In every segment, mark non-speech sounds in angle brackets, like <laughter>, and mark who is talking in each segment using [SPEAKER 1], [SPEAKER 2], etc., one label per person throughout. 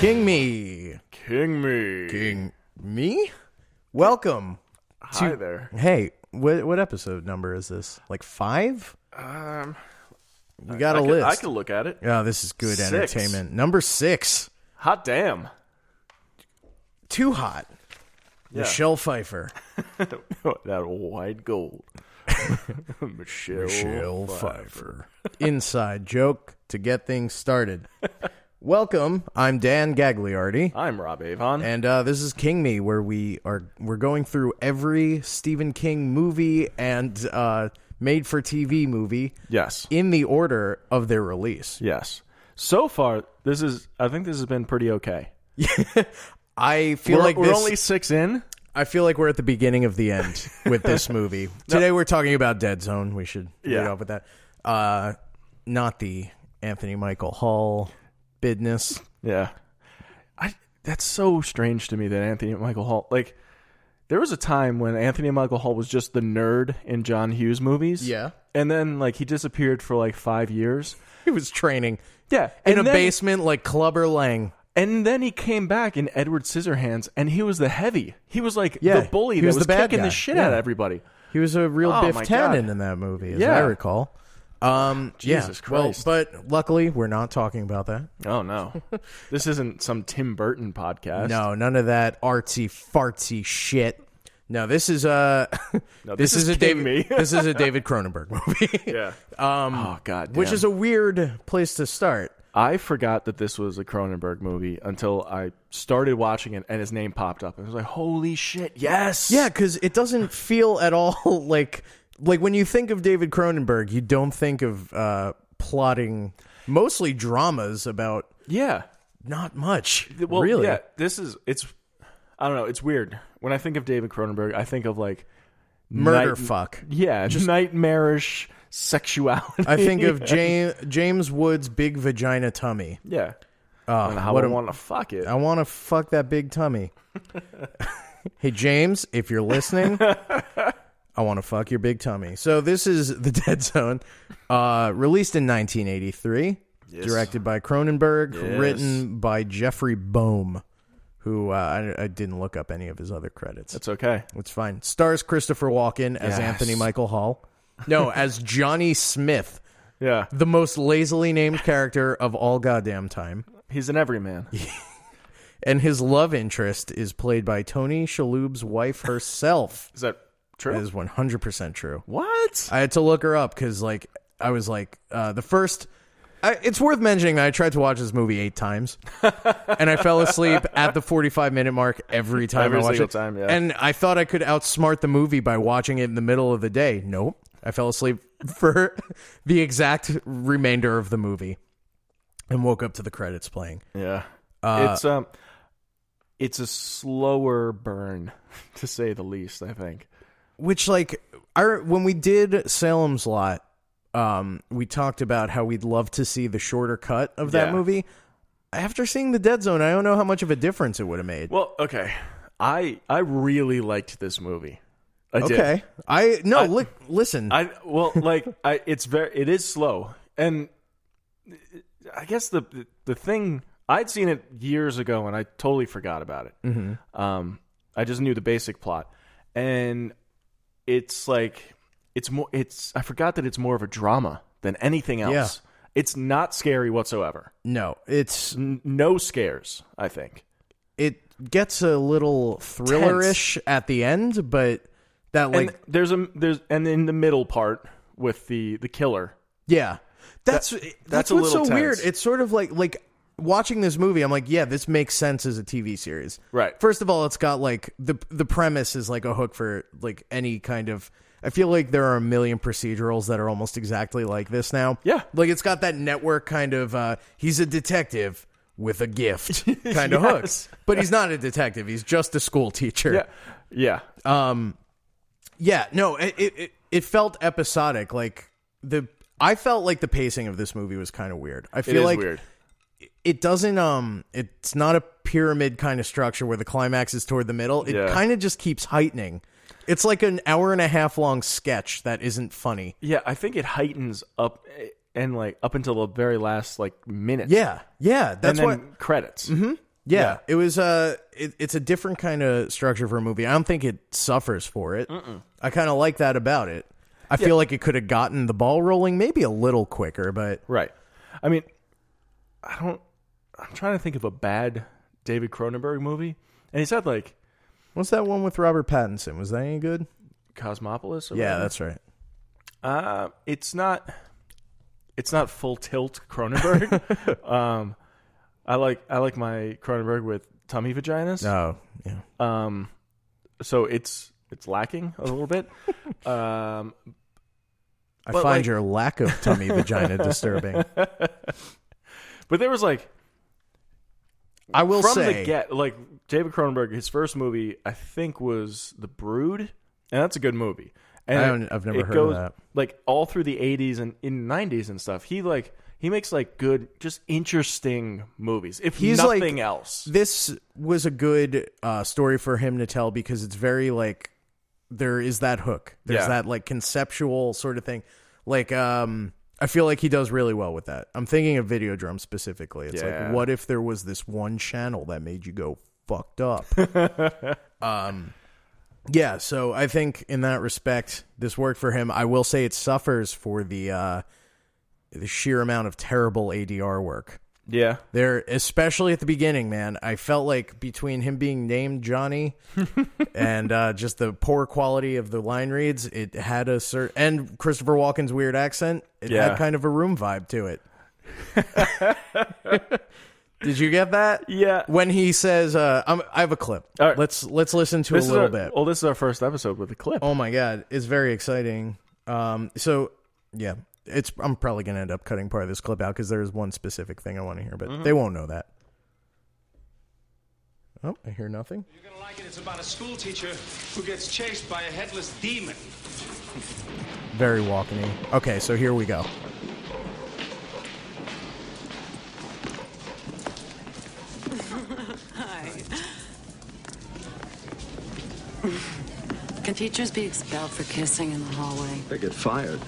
[SPEAKER 1] King me.
[SPEAKER 2] King me.
[SPEAKER 1] King me? Welcome.
[SPEAKER 2] Hi there.
[SPEAKER 1] Hey, what what episode number is this? Like 5?
[SPEAKER 2] Um,
[SPEAKER 1] We got
[SPEAKER 2] I
[SPEAKER 1] a
[SPEAKER 2] could,
[SPEAKER 1] list.
[SPEAKER 2] I could look at it.
[SPEAKER 1] Oh, this is good
[SPEAKER 2] Six.
[SPEAKER 1] entertainment. Number 6.
[SPEAKER 2] Hot damn.
[SPEAKER 1] Too hot.
[SPEAKER 2] Yeah.
[SPEAKER 1] Michelle Pfeiffer.
[SPEAKER 2] <laughs> that white gold. <laughs> Michelle.
[SPEAKER 1] Pfeiffer. Inside joke to get things started. <laughs> Welcome. I'm Dan Gagliardi.
[SPEAKER 2] I'm Rob Avon.
[SPEAKER 1] And uh, this is King Me, where we are we're going through every Stephen King movie and uh, made for TV movie
[SPEAKER 2] yes.
[SPEAKER 1] in the order of their release. <laughs>
[SPEAKER 2] Yes. So far, this is. I think this has been pretty okay.
[SPEAKER 1] I feel
[SPEAKER 2] We're,
[SPEAKER 1] like
[SPEAKER 2] we're
[SPEAKER 1] this,
[SPEAKER 2] only six in.
[SPEAKER 1] I feel like we're at the beginning of the end with
[SPEAKER 2] <laughs>
[SPEAKER 1] this movie. Today we're talking about Dead Zone. We should lead
[SPEAKER 2] Yeah.
[SPEAKER 1] off with that. Uh, not the Anthony Michael Hall business.
[SPEAKER 2] Yeah. I. That's so strange to me that Anthony Michael Hall. Like, there was a time when Anthony Michael Hall was just the nerd in John Hughes movies.
[SPEAKER 1] Yeah.
[SPEAKER 2] And then like he disappeared for like five years.
[SPEAKER 1] He was training
[SPEAKER 2] Yeah.
[SPEAKER 1] in
[SPEAKER 2] and
[SPEAKER 1] a
[SPEAKER 2] then-
[SPEAKER 1] basement like Clubber Lang.
[SPEAKER 2] And then he came back in Edward Scissorhands, and he was the heavy. He was like
[SPEAKER 1] Yeah,
[SPEAKER 2] the bully
[SPEAKER 1] he
[SPEAKER 2] that
[SPEAKER 1] was
[SPEAKER 2] was,
[SPEAKER 1] the bad guy.
[SPEAKER 2] kicking the shit
[SPEAKER 1] Yeah.
[SPEAKER 2] out of everybody.
[SPEAKER 1] He was a real
[SPEAKER 2] Oh,
[SPEAKER 1] Biff
[SPEAKER 2] my
[SPEAKER 1] Tannen
[SPEAKER 2] God.
[SPEAKER 1] in that movie, as
[SPEAKER 2] Yeah.
[SPEAKER 1] I recall. Um,
[SPEAKER 2] Jesus
[SPEAKER 1] yeah. Well,
[SPEAKER 2] Christ.
[SPEAKER 1] but luckily, we're not talking about that. <laughs>
[SPEAKER 2] Oh no, this isn't some Tim Burton podcast.
[SPEAKER 1] No, none of that artsy fartsy shit. No, this is <laughs> a
[SPEAKER 2] No,
[SPEAKER 1] this,
[SPEAKER 2] this
[SPEAKER 1] is, a
[SPEAKER 2] is King
[SPEAKER 1] David
[SPEAKER 2] Me.
[SPEAKER 1] <laughs> this is a David Cronenberg <laughs> movie,
[SPEAKER 2] Yeah. Um. Oh god.
[SPEAKER 1] which is a weird place to start.
[SPEAKER 2] I forgot that this was a Cronenberg movie until I started watching it, and his name popped up, and I was like, "Holy shit! Yes.
[SPEAKER 1] Yeah, because it doesn't feel at all <laughs> like like when you think of David Cronenberg, you don't think of uh, plotting mostly dramas about
[SPEAKER 2] Yeah.
[SPEAKER 1] not much.
[SPEAKER 2] Well,
[SPEAKER 1] really,
[SPEAKER 2] yeah. This is it's. I don't know. It's weird. When I think of David Cronenberg, I think of like
[SPEAKER 1] murder
[SPEAKER 2] night-
[SPEAKER 1] fuck.
[SPEAKER 2] Yeah,
[SPEAKER 1] <laughs>
[SPEAKER 2] just nightmarish sexuality.
[SPEAKER 1] I think of James James Woods' big vagina tummy.
[SPEAKER 2] Yeah. Uh, how
[SPEAKER 1] what
[SPEAKER 2] I
[SPEAKER 1] a-
[SPEAKER 2] want to fuck it.
[SPEAKER 1] I want to fuck that big tummy. hey James, if you're listening, I want to fuck your big tummy. So this is the Dead Zone, uh, released in 1983, directed by Cronenberg, written by Jeffrey Boehm, who uh, I, I didn't look up any of his other credits.
[SPEAKER 2] It's okay.
[SPEAKER 1] It's fine. Stars Christopher Walken as
[SPEAKER 2] Yes.
[SPEAKER 1] Anthony Michael Hall. No, as Johnny Smith,
[SPEAKER 2] Yeah.
[SPEAKER 1] the most lazily named character of all goddamn time.
[SPEAKER 2] He's an everyman.
[SPEAKER 1] <laughs> And his love interest is played by Tony Shalhoub's wife herself.
[SPEAKER 2] Is that true?
[SPEAKER 1] that is 100% true.
[SPEAKER 2] what?
[SPEAKER 1] I had to look her up because, like, I was like, uh, the first. I, it's worth mentioning that I tried to watch this movie eight
[SPEAKER 2] <laughs>
[SPEAKER 1] times, and I fell asleep at the forty-five minute mark every time
[SPEAKER 2] Every
[SPEAKER 1] I watched
[SPEAKER 2] single
[SPEAKER 1] it.
[SPEAKER 2] time, yeah.
[SPEAKER 1] And I thought I could outsmart the movie by watching it in the middle of the day. Nope, I fell asleep for <laughs> the exact remainder of the movie, and woke up to the credits playing.
[SPEAKER 2] yeah.
[SPEAKER 1] Uh,
[SPEAKER 2] it's um it's a slower burn <laughs> to say the least, I think.
[SPEAKER 1] which like our when we did Salem's Lot, um, we talked about how we'd love to see the shorter cut of that
[SPEAKER 2] Yeah.
[SPEAKER 1] movie. After seeing the Dead Zone, I don't know how much of a difference it would have made.
[SPEAKER 2] Well, okay. I I really liked this movie. I did.
[SPEAKER 1] okay, I no look listen.
[SPEAKER 2] I well, like <laughs> I, it's very, it is slow, and I guess the the thing I'd seen it years ago, and I totally forgot about it. Mm-hmm. Um, I just knew the basic plot, and it's like it's more, it's I forgot that it's more of a drama than anything else. It's not scary whatsoever.
[SPEAKER 1] no, it's
[SPEAKER 2] N- no scares, I think.
[SPEAKER 1] it gets a little thrillerish at the end, but that like
[SPEAKER 2] And there's a there's and in the middle part with the the killer.
[SPEAKER 1] Yeah. That's that's,
[SPEAKER 2] that's a
[SPEAKER 1] what's so
[SPEAKER 2] little
[SPEAKER 1] weird.
[SPEAKER 2] tense.
[SPEAKER 1] It's sort of like like watching this movie, I'm like, yeah, this makes sense as a TV series.
[SPEAKER 2] Right.
[SPEAKER 1] First of all, it's got like the the premise is like a hook for like any kind of I feel like there are a million procedurals that are almost exactly like this now.
[SPEAKER 2] Yeah.
[SPEAKER 1] Like it's got that network kind of uh he's a detective with a
[SPEAKER 2] <laughs>
[SPEAKER 1] gift kind of
[SPEAKER 2] Yes.
[SPEAKER 1] hooks. But he's not a detective. He's just a school teacher.
[SPEAKER 2] Yeah, yeah,
[SPEAKER 1] Yeah, no, it it, it- it felt episodic. Like the I felt like the pacing of this movie was kind of weird. I
[SPEAKER 2] it
[SPEAKER 1] feel
[SPEAKER 2] is
[SPEAKER 1] like
[SPEAKER 2] weird.
[SPEAKER 1] it doesn't um it's not a pyramid kind of structure where the climax is toward the middle. It
[SPEAKER 2] Yeah.
[SPEAKER 1] kind of just keeps heightening. It's like an hour and a half long sketch that isn't funny.
[SPEAKER 2] Yeah, I think it heightens up eh, and like up until the very last like minute.
[SPEAKER 1] Yeah. Yeah,
[SPEAKER 2] and
[SPEAKER 1] that's
[SPEAKER 2] then
[SPEAKER 1] what Mm-hmm.
[SPEAKER 2] credits.
[SPEAKER 1] Yeah, it was. Uh, it, it's a different kind of structure for a movie. I don't think it suffers for it. I kind of like that about it. I feel like it could have gotten the ball rolling maybe a little quicker, but
[SPEAKER 2] Right. I mean, I don't. I'm trying to think of a bad David Cronenberg movie, and he's had like
[SPEAKER 1] what's that one with Robert Pattinson? Was that any good?
[SPEAKER 2] Cosmopolis. Or
[SPEAKER 1] Yeah,
[SPEAKER 2] whatever.
[SPEAKER 1] that's right.
[SPEAKER 2] Uh, it's not. It's not full tilt
[SPEAKER 1] <laughs>
[SPEAKER 2] Cronenberg. um, I like I like my Cronenberg with tummy vaginas.
[SPEAKER 1] Oh, yeah.
[SPEAKER 2] Um, so it's it's lacking a
[SPEAKER 1] <laughs>
[SPEAKER 2] little bit. um,
[SPEAKER 1] I
[SPEAKER 2] But,
[SPEAKER 1] find
[SPEAKER 2] like-
[SPEAKER 1] your lack of tummy <laughs> vagina disturbing.
[SPEAKER 2] but there was like
[SPEAKER 1] I will
[SPEAKER 2] from
[SPEAKER 1] say,
[SPEAKER 2] the get like David Cronenberg, his first movie I think was The Brood, and that's a good movie. And
[SPEAKER 1] I don't- I've never
[SPEAKER 2] it
[SPEAKER 1] heard of
[SPEAKER 2] goes,
[SPEAKER 1] that.
[SPEAKER 2] Like all through the '80s and in '90s and stuff, he like he makes like good, just interesting movies. If
[SPEAKER 1] He's, like-
[SPEAKER 2] nothing else,
[SPEAKER 1] this was a good uh, story for him to tell because it's very like there is that hook. There's
[SPEAKER 2] Yeah.
[SPEAKER 1] that like conceptual sort of thing. Like um I feel like he does really well with that. I'm thinking of video drum specifically. It's
[SPEAKER 2] Yeah.
[SPEAKER 1] like what if there was this one channel that made you go fucked
[SPEAKER 2] <laughs>
[SPEAKER 1] up? um yeah, so I think in that respect this worked for him. I will say it suffers for the uh the sheer amount of terrible ADR work.
[SPEAKER 2] yeah,
[SPEAKER 1] There, especially at the beginning, man. I felt like between him being named
[SPEAKER 2] <laughs>
[SPEAKER 1] Johnny and uh, just the poor quality of the line reads, it had a certain and Christopher Walken's weird accent. It
[SPEAKER 2] Yeah.
[SPEAKER 1] had kind of a room vibe to
[SPEAKER 2] <laughs>
[SPEAKER 1] it. Did you get that?
[SPEAKER 2] Yeah.
[SPEAKER 1] When he says, uh, I'm, "I have a clip.
[SPEAKER 2] All right.
[SPEAKER 1] Let's let's listen to a
[SPEAKER 2] is
[SPEAKER 1] little
[SPEAKER 2] our,
[SPEAKER 1] bit."
[SPEAKER 2] Well, this is our first episode with a clip.
[SPEAKER 1] Oh my god, it's very exciting. Um, so yeah, it's I'm probably gonna end up cutting part of this clip out because there is one specific thing I want to hear,
[SPEAKER 2] Mm-hmm.
[SPEAKER 1] but they won't know that. Oh, I hear nothing.
[SPEAKER 3] You're gonna like it. It's about a school teacher who gets chased by a headless demon.
[SPEAKER 1] Very walking. Okay, so here we go.
[SPEAKER 4] Can teachers be expelled for kissing in the hallway?
[SPEAKER 5] They get fired.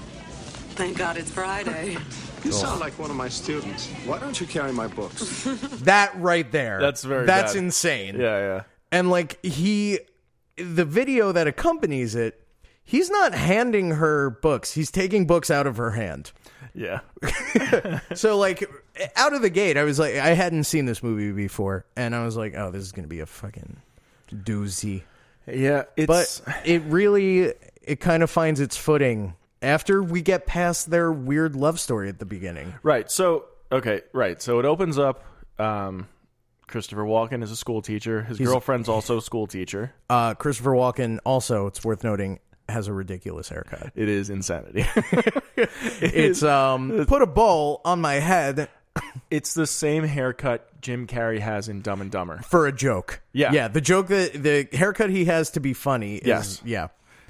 [SPEAKER 4] Thank God it's Friday.
[SPEAKER 5] You sound like one of my students. Why don't you carry my books?
[SPEAKER 1] That right there.
[SPEAKER 2] That's very
[SPEAKER 1] That's
[SPEAKER 2] bad.
[SPEAKER 1] insane.
[SPEAKER 2] Yeah, yeah.
[SPEAKER 1] And like he, the video that accompanies it, he's not handing her books. He's taking books out of her hand.
[SPEAKER 2] Yeah.
[SPEAKER 1] So like out of the gate, I was like, I hadn't seen this movie before, and I was like, oh, this is gonna be a fucking doozy.
[SPEAKER 2] Yeah.
[SPEAKER 1] But
[SPEAKER 2] It's
[SPEAKER 1] it really, it kind of finds its footing after we get past their weird love story at the beginning.
[SPEAKER 2] Right. So okay. Right. So it opens up. Um, Christopher Walken is a school teacher. His girlfriend's also a school teacher.
[SPEAKER 1] Uh, Christopher Walken also, it's worth noting, has a ridiculous
[SPEAKER 2] <laughs>
[SPEAKER 1] haircut.
[SPEAKER 2] It is insanity.
[SPEAKER 1] It's um, put a bowl on my head
[SPEAKER 2] it's the same haircut Jim Carrey has in Dumb and Dumber.
[SPEAKER 1] for a joke.
[SPEAKER 2] Yeah.
[SPEAKER 1] yeah. The joke that the haircut he has to be funny. Is,
[SPEAKER 2] Yes.
[SPEAKER 1] yeah.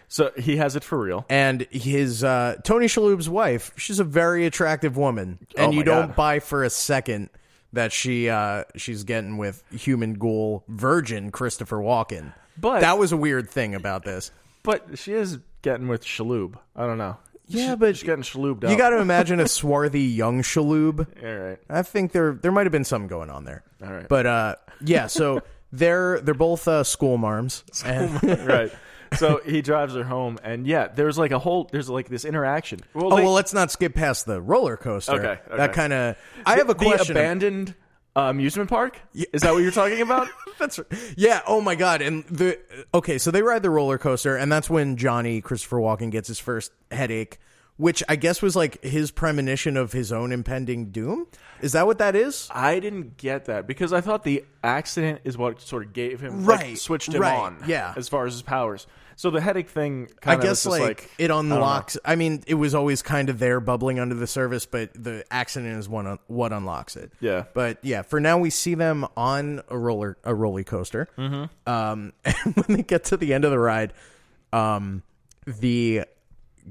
[SPEAKER 2] So he has it for real.
[SPEAKER 1] and his uh, Tony Shalhoub's wife. She's a very attractive woman,
[SPEAKER 2] Oh
[SPEAKER 1] and you
[SPEAKER 2] my
[SPEAKER 1] don't
[SPEAKER 2] God.
[SPEAKER 1] buy for a second that she uh, she's getting with human ghoul virgin Christopher Walken.
[SPEAKER 2] But-
[SPEAKER 1] that was a weird thing about this.
[SPEAKER 2] But she is getting with Shaloub. I don't know.
[SPEAKER 1] Yeah,
[SPEAKER 2] She-
[SPEAKER 1] but-
[SPEAKER 2] she's getting Shaloubed up.
[SPEAKER 1] You got to imagine a swarthy young Shalhoub.
[SPEAKER 2] Oh. <laughs> All right.
[SPEAKER 1] I think there there might have been something going on there.
[SPEAKER 2] All right.
[SPEAKER 1] but uh, yeah,
[SPEAKER 2] <laughs>
[SPEAKER 1] so. They're they're both uh, school marms, and
[SPEAKER 2] <laughs> right. So he drives her home, and yeah, there's like a whole there's like this interaction.
[SPEAKER 1] oh
[SPEAKER 2] they-
[SPEAKER 1] well, let's not skip past the roller coaster.
[SPEAKER 2] Okay, okay.
[SPEAKER 1] that kind of. I have a question.
[SPEAKER 2] The abandoned uh, amusement park. Is that what you're talking about? <laughs>
[SPEAKER 1] <laughs> That's right. Yeah. Oh my god. And the okay, so they ride the roller coaster, and that's when Johnny Christopher Walken gets his first headache, which I guess was like his premonition of his own impending doom. Is that what that is?
[SPEAKER 2] I didn't get that because I thought the accident is what sort of gave him like,
[SPEAKER 1] Right,
[SPEAKER 2] switched him
[SPEAKER 1] right,
[SPEAKER 2] on.
[SPEAKER 1] yeah.
[SPEAKER 2] as far as his powers. So the headache thing.
[SPEAKER 1] I
[SPEAKER 2] Kind of
[SPEAKER 1] guess like,
[SPEAKER 2] like
[SPEAKER 1] it
[SPEAKER 2] don't know.
[SPEAKER 1] unlocks. I, mean, it was always kind of there, bubbling under the surface, but the accident is one what unlocks it.
[SPEAKER 2] Yeah.
[SPEAKER 1] But yeah, for now we see them on a roller a roller coaster.
[SPEAKER 2] Mm-hmm.
[SPEAKER 1] Um, <laughs> and when they get to the end of the ride, um, the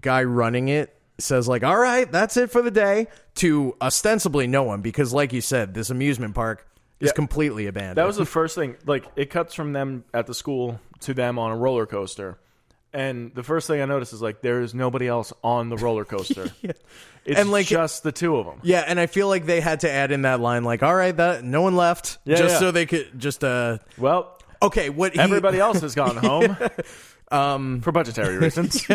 [SPEAKER 1] guy running it says like, "All right, that's it for the day." To ostensibly no one, because like you said, this amusement park is
[SPEAKER 2] Yeah.
[SPEAKER 1] completely abandoned.
[SPEAKER 2] That was the first thing. Like it cuts from them at the school to them on a roller coaster, and the first thing I notice is like there is nobody else on the roller
[SPEAKER 1] <laughs>
[SPEAKER 2] coaster. It's
[SPEAKER 1] And, like-
[SPEAKER 2] just the two of them.
[SPEAKER 1] Yeah, and I feel like they had to add in that line, like, "All right, that no one left,"
[SPEAKER 2] Yeah,
[SPEAKER 1] just
[SPEAKER 2] yeah.
[SPEAKER 1] so they could just. uh
[SPEAKER 2] Well,
[SPEAKER 1] Okay, what he,
[SPEAKER 2] everybody else
[SPEAKER 1] <laughs>
[SPEAKER 2] has gone home um, for budgetary reasons.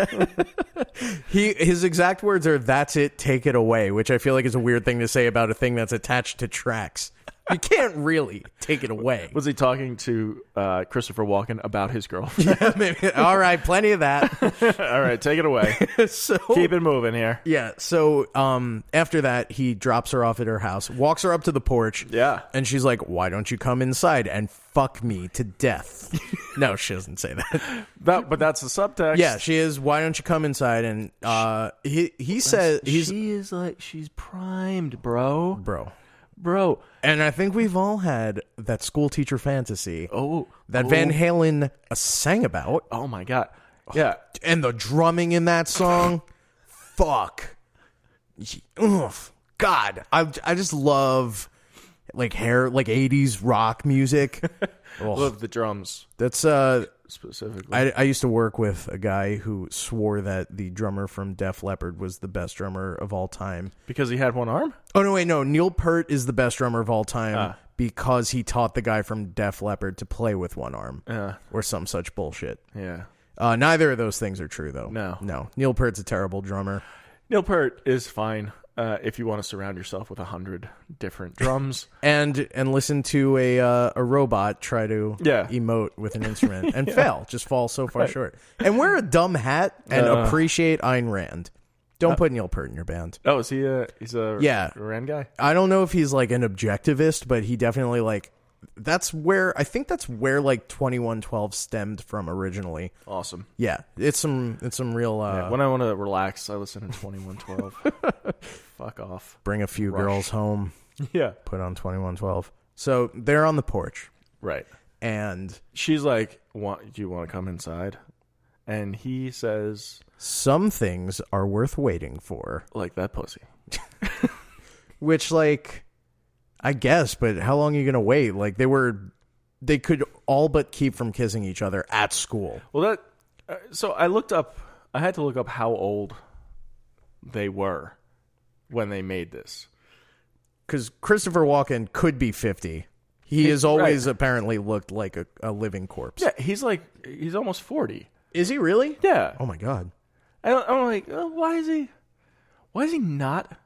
[SPEAKER 1] he his exact words are, "That's it, take it away," which I feel like is a weird thing to say about a thing that's attached to tracks. You can't really take it <laughs> away.
[SPEAKER 2] Was he talking to uh, Christopher Walken about his girlfriend?
[SPEAKER 1] Maybe- <laughs> All right, plenty of that.
[SPEAKER 2] <laughs> All right, take it away.
[SPEAKER 1] <laughs> So
[SPEAKER 2] Keep it moving here.
[SPEAKER 1] <laughs> Yeah. So um, after that, he drops her off at her house, walks her up to the porch.
[SPEAKER 2] Yeah.
[SPEAKER 1] And she's like, "Why don't you come inside and fuck me to death?" <laughs> no, she doesn't say that.
[SPEAKER 2] That, but that's the subtext.
[SPEAKER 1] Yeah, she is. Why don't you come inside? And uh, he he says he's
[SPEAKER 2] she is like she's primed, bro,
[SPEAKER 1] bro.
[SPEAKER 2] bro.
[SPEAKER 1] And I think we've all had that school teacher fantasy.
[SPEAKER 2] Oh,
[SPEAKER 1] That
[SPEAKER 2] oh,
[SPEAKER 1] Van Halen uh, sang about,
[SPEAKER 2] Oh my god. Yeah,
[SPEAKER 1] and the drumming in that song, fuck, Oof. God, I I just love like hair like '80s rock <laughs> music.
[SPEAKER 2] love the drums
[SPEAKER 1] That's uh,
[SPEAKER 2] specifically.
[SPEAKER 1] I I used to work with a guy who swore that the drummer from Def Leppard was the best drummer of all time.
[SPEAKER 2] because he had one arm.
[SPEAKER 1] Oh no, wait, no. Neil Peart is the best drummer of all time
[SPEAKER 2] Ah.
[SPEAKER 1] because he taught the guy from Def Leppard to play with one arm,
[SPEAKER 2] Ah.
[SPEAKER 1] or some such bullshit.
[SPEAKER 2] Yeah.
[SPEAKER 1] Uh, neither of those things are true, though.
[SPEAKER 2] No.
[SPEAKER 1] no. Neil Peart's a terrible drummer.
[SPEAKER 2] Neil Peart is fine uh, if you want to surround yourself with a hundred different <laughs> drums.
[SPEAKER 1] And and listen to a uh, a robot try to
[SPEAKER 2] Yeah.
[SPEAKER 1] emote with an
[SPEAKER 2] <laughs>
[SPEAKER 1] instrument and fail, just fall so far short. And wear a dumb hat and
[SPEAKER 2] Uh.
[SPEAKER 1] appreciate Ayn Rand. Don't put Neil Peart in your band.
[SPEAKER 2] oh, is he a he's a
[SPEAKER 1] Yeah.
[SPEAKER 2] Iran guy?
[SPEAKER 1] I don't know if he's like an objectivist, but he definitely like that's where I think that's where like twenty one twelve stemmed from originally.
[SPEAKER 2] Awesome.
[SPEAKER 1] Yeah, it's some it's some real uh,
[SPEAKER 2] when I want to relax, I listen to twenty one <laughs> twelve. Fuck off.
[SPEAKER 1] bring a few girls home,
[SPEAKER 2] Yeah.
[SPEAKER 1] put on twenty one twelve. So they're on the porch,
[SPEAKER 2] Right.
[SPEAKER 1] and
[SPEAKER 2] She's like, "Want do you want to come inside?" And he says,
[SPEAKER 1] some things are worth waiting for.
[SPEAKER 2] "Like that pussy."
[SPEAKER 1] Which like, I guess, but how long are you gonna wait? Like they were, they could all but keep from kissing each other at school.
[SPEAKER 2] Well, that. Uh, so I looked up. I had to look up how old they were when they made this.
[SPEAKER 1] because Christopher Walken could be fifty. He has always
[SPEAKER 2] right.
[SPEAKER 1] apparently looked like a, a living corpse.
[SPEAKER 2] Yeah, he's like he's almost forty.
[SPEAKER 1] Is he really?
[SPEAKER 2] Yeah,
[SPEAKER 1] Oh my god.
[SPEAKER 2] and I'm like, oh, why is he? Why is he not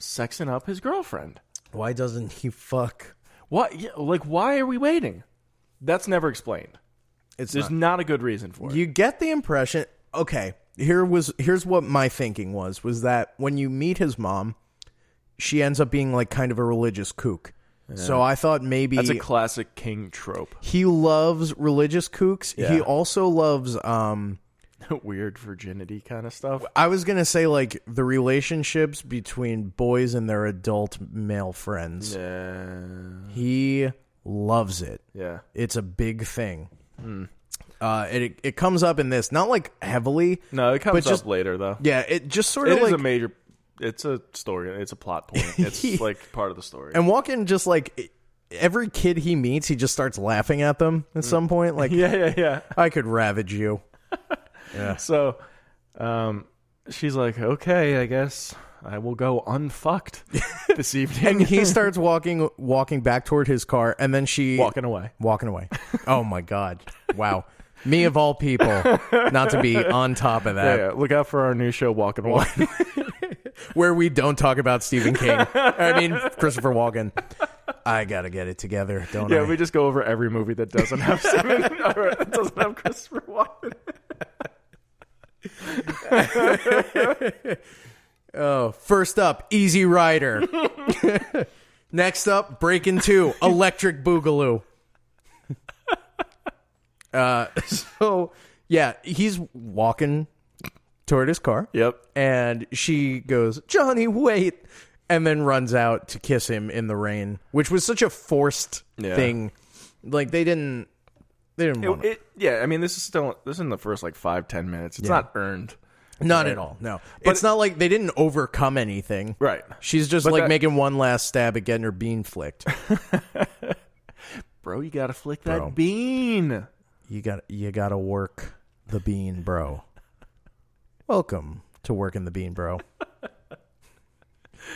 [SPEAKER 2] sexing up his girlfriend?
[SPEAKER 1] Why doesn't he fuck?
[SPEAKER 2] Why? Yeah, like, why are we waiting? That's never explained.
[SPEAKER 1] It's
[SPEAKER 2] There's not, a good reason for it.
[SPEAKER 1] you get the impression. Okay, here was here's what my thinking was was that when you meet his mom, she ends up being like kind of a religious kook. So I thought maybe
[SPEAKER 2] That's a classic king trope. <laughs>
[SPEAKER 1] he loves religious kooks. He
[SPEAKER 2] Yeah.
[SPEAKER 1] also loves um
[SPEAKER 2] Weird virginity kind of stuff.
[SPEAKER 1] I was gonna say like the relationships between boys and their adult male friends.
[SPEAKER 2] Yeah.
[SPEAKER 1] He loves it.
[SPEAKER 2] Yeah.
[SPEAKER 1] It's a big thing.
[SPEAKER 2] Hmm.
[SPEAKER 1] Uh, it it comes up in this, not like heavily.
[SPEAKER 2] No, it comes
[SPEAKER 1] But just-
[SPEAKER 2] up later though.
[SPEAKER 1] Yeah, it just sort
[SPEAKER 2] It
[SPEAKER 1] of
[SPEAKER 2] is
[SPEAKER 1] like
[SPEAKER 2] a major. It's a story. It's a plot point.
[SPEAKER 1] <laughs>
[SPEAKER 2] It's like part of the story.
[SPEAKER 1] and Walken just like i- every kid he meets, he just starts laughing at them at some point. Like,
[SPEAKER 2] Hmm. yeah, yeah, yeah.
[SPEAKER 1] I could ravage
[SPEAKER 2] <laughs>
[SPEAKER 1] you.
[SPEAKER 2] So, um, she's like, "Okay, I guess I will go unfucked <laughs> this evening."
[SPEAKER 1] And he starts walking walking back toward his car, and then she
[SPEAKER 2] walking away.
[SPEAKER 1] walking away. Oh my god! Wow, me of all people, not to
[SPEAKER 2] <laughs>
[SPEAKER 1] be on top of that.
[SPEAKER 2] Yeah, look out for our new show, Walking Away.
[SPEAKER 1] where we don't talk about Stephen King. I mean Christopher Walken. I gotta get it together, don't
[SPEAKER 2] <laughs> yeah,
[SPEAKER 1] I?
[SPEAKER 2] we just go over every movie that doesn't <laughs> have Stephen or that doesn't have Christopher Walken.
[SPEAKER 1] First up, Easy
[SPEAKER 2] <laughs>
[SPEAKER 1] Rider. Next up, Breaking Two, Electric Boogaloo. Uh, so yeah, he's walking toward his car.
[SPEAKER 2] Yep.
[SPEAKER 1] and she goes, Johnny, wait, and then runs out to kiss him in the rain, which was such a forced
[SPEAKER 2] Yeah.
[SPEAKER 1] thing. Like they didn't, they didn't want
[SPEAKER 2] It, it- yeah, I mean, this is still this is in the first like five ten minutes. It's not earned.
[SPEAKER 1] Not at all. No, it's not like they didn't overcome anything.
[SPEAKER 2] Right.
[SPEAKER 1] She's just
[SPEAKER 2] But
[SPEAKER 1] like
[SPEAKER 2] that-
[SPEAKER 1] making one last stab at getting her bean
[SPEAKER 2] <laughs>
[SPEAKER 1] flicked.
[SPEAKER 2] Bro, you gotta flick that
[SPEAKER 1] Bro.
[SPEAKER 2] bean.
[SPEAKER 1] you got you got to work. the Bean Bro. Welcome to Working the Bean
[SPEAKER 2] <laughs>
[SPEAKER 1] Bro.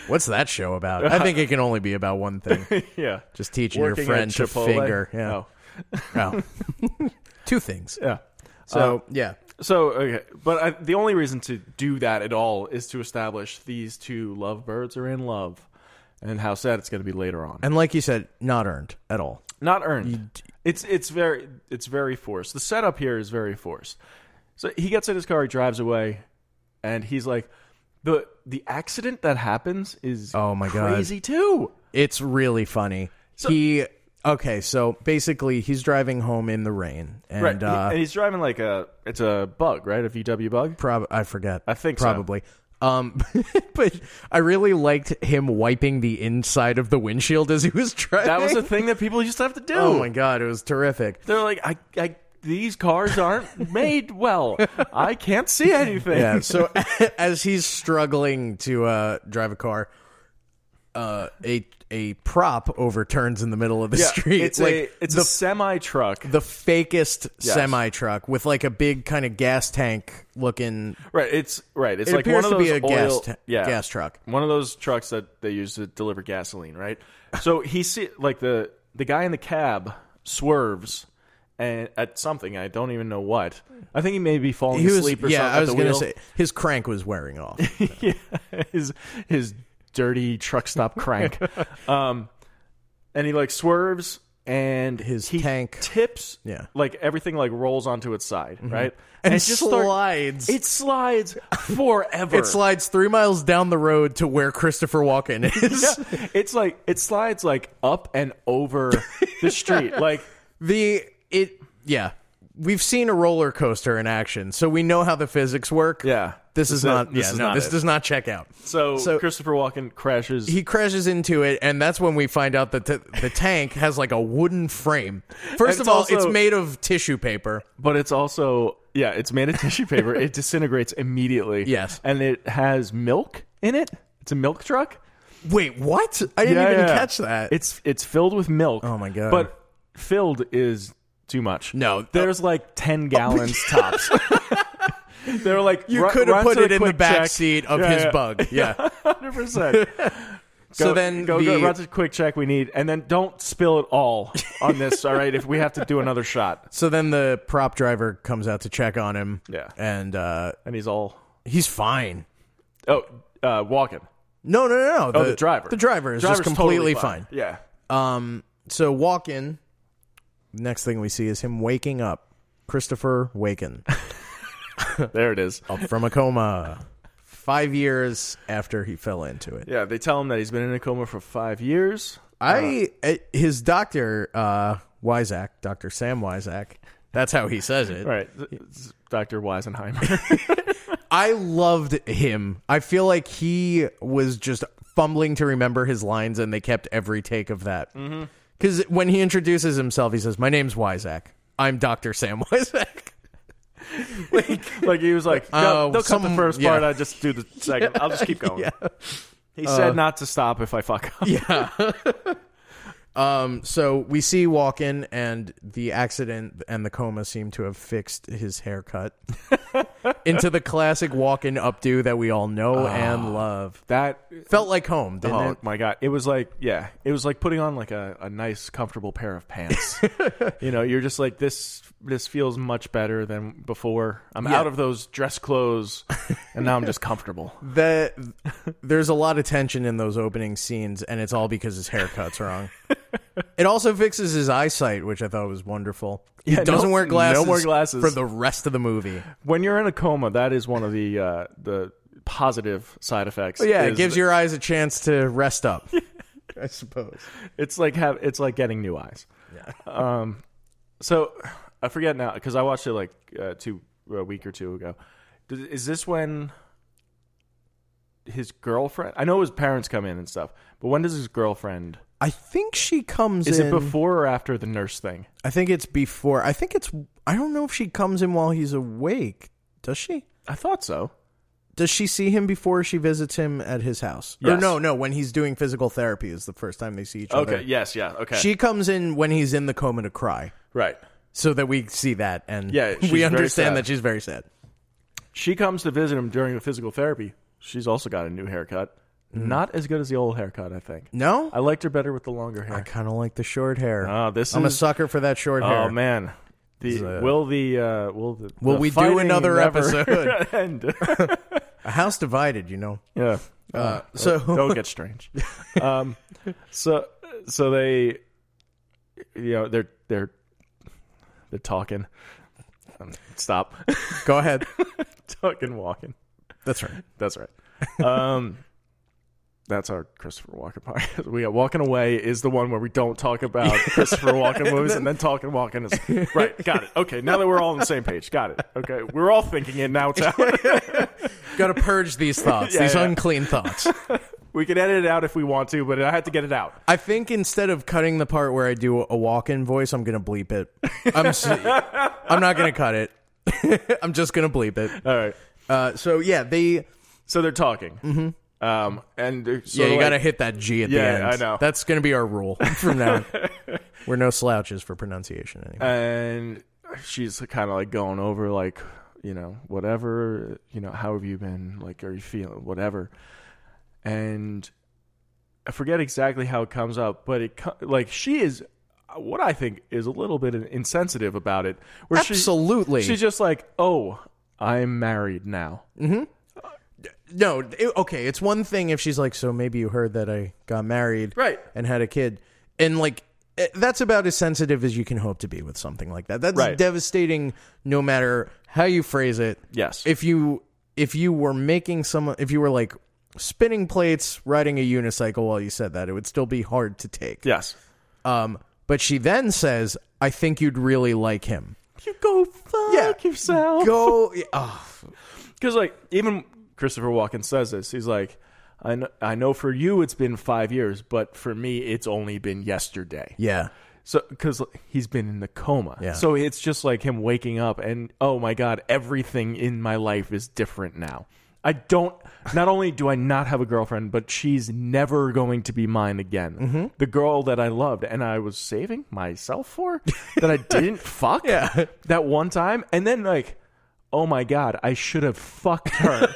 [SPEAKER 1] What's that show about? I think it can only be about one
[SPEAKER 2] <laughs>
[SPEAKER 1] thing.
[SPEAKER 2] Yeah.
[SPEAKER 1] Just teaching your
[SPEAKER 2] Working at
[SPEAKER 1] friend to
[SPEAKER 2] Chipotle?
[SPEAKER 1] finger. Yeah.
[SPEAKER 2] Oh,
[SPEAKER 1] Oh.
[SPEAKER 2] <laughs>
[SPEAKER 1] Two things.
[SPEAKER 2] yeah. Um,
[SPEAKER 1] So, yeah.
[SPEAKER 2] So okay, but I, the only reason to do that at all is to establish these two lovebirds are in love, and how sad it's going to be later on.
[SPEAKER 1] And like you said, not earned at all.
[SPEAKER 2] Not earned. It's it's very it's very forced. The setup here is very forced. So he gets in his car, he drives away, and he's like, the the accident that happens is
[SPEAKER 1] Oh my God.
[SPEAKER 2] crazy too.
[SPEAKER 1] It's really funny. he okay, so basically he's driving home in the rain, and
[SPEAKER 2] right, He-
[SPEAKER 1] uh,
[SPEAKER 2] and he's driving like a it's a bug, right? A VW bug.
[SPEAKER 1] prob- I forget. I
[SPEAKER 2] think so.
[SPEAKER 1] probably. Um, <laughs> but I really liked him wiping the inside of the windshield as he was driving.
[SPEAKER 2] That was a thing that people used to have to do.
[SPEAKER 1] <laughs> oh my god, it was terrific.
[SPEAKER 2] They're like, I, I, these cars aren't made well. I can't see anything.
[SPEAKER 1] Yeah. So <laughs> as he's struggling to uh, drive a car, uh, a a prop overturns in the middle of the
[SPEAKER 2] Yeah,
[SPEAKER 1] street.
[SPEAKER 2] It's
[SPEAKER 1] like
[SPEAKER 2] a, it's
[SPEAKER 1] the
[SPEAKER 2] a semi truck.
[SPEAKER 1] the fakest
[SPEAKER 2] Yes.
[SPEAKER 1] semi truck with like a big kind of gas tank looking.
[SPEAKER 2] Right. It's right. It's
[SPEAKER 1] It
[SPEAKER 2] like
[SPEAKER 1] appears
[SPEAKER 2] one of
[SPEAKER 1] to be
[SPEAKER 2] those
[SPEAKER 1] a gas
[SPEAKER 2] oil-
[SPEAKER 1] ta-
[SPEAKER 2] yeah,
[SPEAKER 1] gas truck.
[SPEAKER 2] One of those trucks that they use to deliver gasoline. Right. So he see like the the guy in the cab swerves. And at something, I don't even know what. I think he may be falling
[SPEAKER 1] He was
[SPEAKER 2] asleep or
[SPEAKER 1] yeah.
[SPEAKER 2] something.
[SPEAKER 1] I was
[SPEAKER 2] at the
[SPEAKER 1] gonna
[SPEAKER 2] wheel.
[SPEAKER 1] say his crank was wearing <laughs> off.
[SPEAKER 2] yeah, <laughs> his his dirty truck stop
[SPEAKER 1] <laughs>
[SPEAKER 2] crank. um, and he like swerves and
[SPEAKER 1] His
[SPEAKER 2] he
[SPEAKER 1] tank.
[SPEAKER 2] tips.
[SPEAKER 1] Yeah. Mm-hmm.
[SPEAKER 2] like everything like rolls onto its side, right?
[SPEAKER 1] And
[SPEAKER 2] it start-
[SPEAKER 1] slides.
[SPEAKER 2] it slides forever.
[SPEAKER 1] it slides three miles down the road to where Christopher <laughs> Walken is.
[SPEAKER 2] <laughs> Yeah, it's like it slides like up and
[SPEAKER 1] <laughs>
[SPEAKER 2] over the street. Like
[SPEAKER 1] The it yeah. We've seen a roller coaster in action, so we know how the physics work.
[SPEAKER 2] Yeah.
[SPEAKER 1] This is
[SPEAKER 2] This-
[SPEAKER 1] not
[SPEAKER 2] this
[SPEAKER 1] yeah,
[SPEAKER 2] is
[SPEAKER 1] no,
[SPEAKER 2] not
[SPEAKER 1] this
[SPEAKER 2] it.
[SPEAKER 1] does not check out.
[SPEAKER 2] so,
[SPEAKER 1] So-
[SPEAKER 2] Christopher Walken crashes.
[SPEAKER 1] He crashes into it, and that's when we find out that the, the tank has like a wooden frame. First
[SPEAKER 2] it's
[SPEAKER 1] of all,
[SPEAKER 2] also-
[SPEAKER 1] it's made of tissue paper.
[SPEAKER 2] but it's also yeah, it's made of tissue
[SPEAKER 1] <laughs>
[SPEAKER 2] paper. it disintegrates immediately.
[SPEAKER 1] Yes.
[SPEAKER 2] and it has milk in it. It's a milk truck.
[SPEAKER 1] Wait, what? I didn't
[SPEAKER 2] Yeah,
[SPEAKER 1] even
[SPEAKER 2] yeah.
[SPEAKER 1] catch that.
[SPEAKER 2] It's it's filled with milk.
[SPEAKER 1] Oh my God.
[SPEAKER 2] But filled is too much.
[SPEAKER 1] No, th-
[SPEAKER 2] there's like
[SPEAKER 1] Oh, <laughs>
[SPEAKER 2] ten gallons tops. They're like
[SPEAKER 1] you
[SPEAKER 2] "Run-
[SPEAKER 1] could have
[SPEAKER 2] run
[SPEAKER 1] put
[SPEAKER 2] to
[SPEAKER 1] it in the
[SPEAKER 2] quick
[SPEAKER 1] back
[SPEAKER 2] check."
[SPEAKER 1] seat of
[SPEAKER 2] Yeah,
[SPEAKER 1] his
[SPEAKER 2] yeah. <laughs>
[SPEAKER 1] bug. Yeah.
[SPEAKER 2] Hundred percent.
[SPEAKER 1] <laughs> so then
[SPEAKER 2] go,
[SPEAKER 1] the,
[SPEAKER 2] go run to the quick check. We need, and then don't spill it all on this. all right, if we have to do another shot,
[SPEAKER 1] so then the prop driver comes out to check on him.
[SPEAKER 2] Yeah.
[SPEAKER 1] And uh,
[SPEAKER 2] and he's all
[SPEAKER 1] he's fine.
[SPEAKER 2] oh uh, walking.
[SPEAKER 1] No, no, no, no.
[SPEAKER 2] Oh, the, driver.
[SPEAKER 1] The driver is
[SPEAKER 2] Driver's
[SPEAKER 1] just completely
[SPEAKER 2] totally
[SPEAKER 1] fine.
[SPEAKER 2] Yeah.
[SPEAKER 1] Um, so walk in. Next thing we see is him waking up. Christopher Waken
[SPEAKER 2] There it is.
[SPEAKER 1] up from a coma. <laughs> Five years after he fell into it.
[SPEAKER 2] Yeah, they tell him that he's been in a coma for five years.
[SPEAKER 1] I eh, his doctor uh Wyzak, Dr. Sam Wyzak. That's how he says it.
[SPEAKER 2] All right, Doctor Weisenheimer.
[SPEAKER 1] I loved him. I feel like he was just fumbling to remember his lines and they kept every take of that. Cuz when he introduces himself, he says, "My name's Wyzak. I'm Dr. Sam <laughs> Wyzak."
[SPEAKER 2] like he was like, no,
[SPEAKER 1] Uh,
[SPEAKER 2] they'll cut
[SPEAKER 1] some-
[SPEAKER 2] the first
[SPEAKER 1] yeah.
[SPEAKER 2] part. I just do the second. I'll
[SPEAKER 1] <laughs>
[SPEAKER 2] just keep going. He
[SPEAKER 1] Uh,
[SPEAKER 2] said not to stop if I fuck up.
[SPEAKER 1] so we see Walken, and the accident and the coma seem to have fixed his haircut into the classic Walken updo that we all know and love.
[SPEAKER 2] That
[SPEAKER 1] Felt like home, didn't
[SPEAKER 2] oh
[SPEAKER 1] it?
[SPEAKER 2] my god, it was like yeah, it was like putting on like a, a nice comfortable pair of
[SPEAKER 1] <laughs>
[SPEAKER 2] pants. you know, you're just like this. This feels much better than before. I'm
[SPEAKER 1] Yeah.
[SPEAKER 2] out of those dress clothes, and now I'm
[SPEAKER 1] <laughs>
[SPEAKER 2] just comfortable.
[SPEAKER 1] The, there's a lot of tension in those opening scenes, and it's all because his haircut's
[SPEAKER 2] <laughs>
[SPEAKER 1] wrong. It also fixes his eyesight, which I thought was wonderful. He
[SPEAKER 2] Yeah, no-
[SPEAKER 1] doesn't wear
[SPEAKER 2] no
[SPEAKER 1] glasses,
[SPEAKER 2] more glasses.
[SPEAKER 1] for the rest of the
[SPEAKER 2] <laughs>
[SPEAKER 1] movie.
[SPEAKER 2] When you're in a coma, that is one of the uh, the positive side effects.
[SPEAKER 1] Yeah, it
[SPEAKER 2] is
[SPEAKER 1] gives
[SPEAKER 2] that-
[SPEAKER 1] your eyes a chance to rest
[SPEAKER 2] <laughs>
[SPEAKER 1] up. I suppose.
[SPEAKER 2] It's like have it's like getting new eyes. Yeah. <laughs> Um, so I forget now because I watched it like uh, two a week or two ago. Does, is this when his girlfriend? I know his parents come in and stuff, but when does his girlfriend?
[SPEAKER 1] I think she comes
[SPEAKER 2] Is
[SPEAKER 1] in.
[SPEAKER 2] it before or after the nurse thing?
[SPEAKER 1] I think it's before. I think it's. I don't know if she comes in while he's awake. Does she?
[SPEAKER 2] I thought so.
[SPEAKER 1] Does she see him before she visits him at his house? Or
[SPEAKER 2] Yes.
[SPEAKER 1] no, no. When he's doing physical therapy is the first time they see each other.
[SPEAKER 2] Yes. Yeah. Okay.
[SPEAKER 1] She comes in when he's in the coma to cry.
[SPEAKER 2] right.
[SPEAKER 1] so that we see that and
[SPEAKER 2] Yeah,
[SPEAKER 1] <laughs>
[SPEAKER 2] she's
[SPEAKER 1] we
[SPEAKER 2] very
[SPEAKER 1] understand
[SPEAKER 2] sad.
[SPEAKER 1] that she's very sad.
[SPEAKER 2] She comes to visit him during the physical therapy. She's also got a new haircut. Not as good as the old haircut, I think.
[SPEAKER 1] No,
[SPEAKER 2] I liked her better with the longer hair.
[SPEAKER 1] I kind of like the short hair.
[SPEAKER 2] Ah, this
[SPEAKER 1] I'm a
[SPEAKER 2] is-
[SPEAKER 1] sucker for that short hair.
[SPEAKER 2] Oh man. The,
[SPEAKER 1] uh,
[SPEAKER 2] will the uh, will the
[SPEAKER 1] Will
[SPEAKER 2] the
[SPEAKER 1] we do
[SPEAKER 2] fighting
[SPEAKER 1] another
[SPEAKER 2] never
[SPEAKER 1] episode?
[SPEAKER 2] <laughs>
[SPEAKER 1] <laughs>
[SPEAKER 2] end?
[SPEAKER 1] A house divided, you know.
[SPEAKER 2] yeah.
[SPEAKER 1] Uh, <laughs> so
[SPEAKER 2] don't get strange. Um, so so they, you know, they're they're they're talking. Um, stop
[SPEAKER 1] go ahead.
[SPEAKER 2] <laughs> talking, walking.
[SPEAKER 1] That's right.
[SPEAKER 2] That's right. Um, <laughs> that's our Christopher Walken podcast. We got Walking Away is the one where we don't talk about Christopher Walken movies, and then Talking Walking is right. Got it. Okay, now that we're all on the same page, got it. Okay, we're all thinking it now. It's out.
[SPEAKER 1] Got to purge
[SPEAKER 2] <laughs>
[SPEAKER 1] these thoughts,
[SPEAKER 2] Yeah,
[SPEAKER 1] these
[SPEAKER 2] yeah.
[SPEAKER 1] unclean thoughts.
[SPEAKER 2] we can edit it out if we want to, but I had to get it out.
[SPEAKER 1] <laughs> I think instead of cutting the part where I do a walk-in voice, I'm gonna bleep it. I'm
[SPEAKER 2] <laughs>
[SPEAKER 1] s- I'm not gonna cut it. <laughs> I'm just gonna bleep it.
[SPEAKER 2] All right.
[SPEAKER 1] Uh, so yeah, they
[SPEAKER 2] So they're talking. Mm-hmm. Um, and they're sort
[SPEAKER 1] yeah
[SPEAKER 2] of
[SPEAKER 1] you
[SPEAKER 2] like-
[SPEAKER 1] gotta hit that G at
[SPEAKER 2] Yeah,
[SPEAKER 1] the end.
[SPEAKER 2] I know.
[SPEAKER 1] That's gonna be our rule from
[SPEAKER 2] <laughs>
[SPEAKER 1] now. on. We're no slouches for pronunciation anymore.
[SPEAKER 2] and she's kind of like going over like you know whatever you know how have you been like are you feeling whatever and i forget exactly how it comes up but it co- like she is what i think is a little bit insensitive about it where she-
[SPEAKER 1] Absolutely.
[SPEAKER 2] she's just like oh i'm married now
[SPEAKER 1] no, it- okay. It's one thing if she's like, so maybe you heard that I got married,
[SPEAKER 2] Right.
[SPEAKER 1] and had a kid, and like eh, that's about as sensitive as you can hope to be with something like that. That's
[SPEAKER 2] Right.
[SPEAKER 1] devastating, no matter how you phrase it.
[SPEAKER 2] Yes.
[SPEAKER 1] If you if you were making someone, if you were like spinning plates, riding a unicycle while you said that, it would still be hard to take.
[SPEAKER 2] yes
[SPEAKER 1] Um. But she then says, "I think you'd really like him."
[SPEAKER 2] you go fuck yourself
[SPEAKER 1] Go. Oh,
[SPEAKER 2] Because like even Christopher Walken says this. He's like, I know, I know for you it's been five years, but for me it's only been yesterday.
[SPEAKER 1] yeah.
[SPEAKER 2] So because he's been in the coma,
[SPEAKER 1] Yeah.
[SPEAKER 2] so it's just like him waking up and oh my god, everything in my life is different now. I don't. Not only do I not have a girlfriend, but she's never going to be mine again.
[SPEAKER 1] Mm-hmm.
[SPEAKER 2] The girl that I loved and I was saving myself for, that
[SPEAKER 1] <laughs>
[SPEAKER 2] I didn't fuck
[SPEAKER 1] Yeah.
[SPEAKER 2] that one time, and then like, oh my god, I should have
[SPEAKER 1] <laughs>
[SPEAKER 2] fucked her.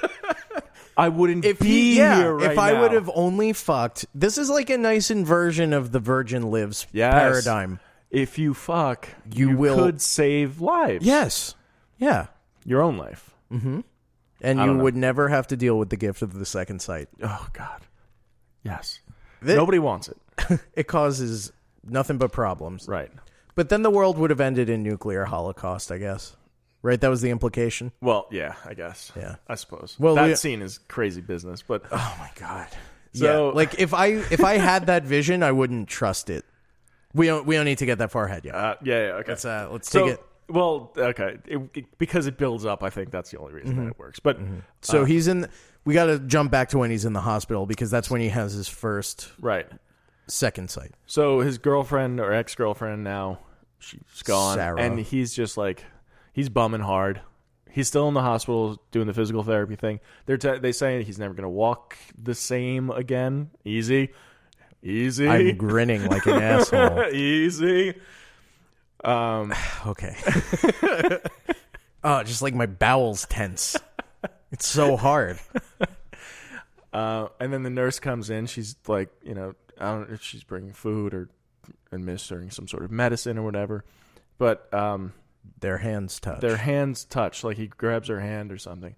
[SPEAKER 2] I wouldn't
[SPEAKER 1] if
[SPEAKER 2] be
[SPEAKER 1] he, yeah,
[SPEAKER 2] here right
[SPEAKER 1] if I
[SPEAKER 2] now.
[SPEAKER 1] would have only fucked, this is like a nice inversion of the Virgin Lives
[SPEAKER 2] Yes.
[SPEAKER 1] paradigm.
[SPEAKER 2] If you fuck,
[SPEAKER 1] You will-
[SPEAKER 2] could save lives.
[SPEAKER 1] Yes, yeah,
[SPEAKER 2] your own life.
[SPEAKER 1] and you would never have to deal with the gift of the second sight.
[SPEAKER 2] Oh God. Yes.
[SPEAKER 1] Thi-
[SPEAKER 2] Nobody wants it.
[SPEAKER 1] It causes nothing but problems.
[SPEAKER 2] Right.
[SPEAKER 1] But then the world would have ended in nuclear holocaust, I guess. Right? That was the implication.
[SPEAKER 2] Well, yeah, I guess.
[SPEAKER 1] Yeah.
[SPEAKER 2] I suppose.
[SPEAKER 1] Well,
[SPEAKER 2] Well, that
[SPEAKER 1] we-
[SPEAKER 2] scene is crazy business, but
[SPEAKER 1] Oh my god.
[SPEAKER 2] So- <laughs>
[SPEAKER 1] yeah, like if I if I had that vision, I wouldn't trust it. We don't we don't need to get that far ahead yet.
[SPEAKER 2] uh, yeah, yeah, okay.
[SPEAKER 1] Let's, uh, let's
[SPEAKER 2] so,
[SPEAKER 1] take it.
[SPEAKER 2] Well, okay, It- it- because it builds up. I think that's the only reason that it works. But
[SPEAKER 1] Mm-hmm.
[SPEAKER 2] uh,
[SPEAKER 1] so he's in. We got to jump back to when he's in the hospital because that's when he has his first
[SPEAKER 2] right,
[SPEAKER 1] second sight.
[SPEAKER 2] so his girlfriend or ex girlfriend now she's gone,
[SPEAKER 1] Sarah.
[SPEAKER 2] and he's just like he's bumming hard. He's still in the hospital doing the physical therapy thing. They're t- they saying he's never going to walk the same again. Easy, easy.
[SPEAKER 1] I'm grinning like an asshole.
[SPEAKER 2] <laughs> Easy. <laughs>
[SPEAKER 1] Okay. <laughs> oh, just like my bowels tense. It's so hard.
[SPEAKER 2] Uh, and then the nurse comes in. She's like, you know, I don't know if she's bringing food or administering some sort of medicine or whatever. But um,
[SPEAKER 1] Their hands touch.
[SPEAKER 2] their hands touch. Like he grabs her hand or something.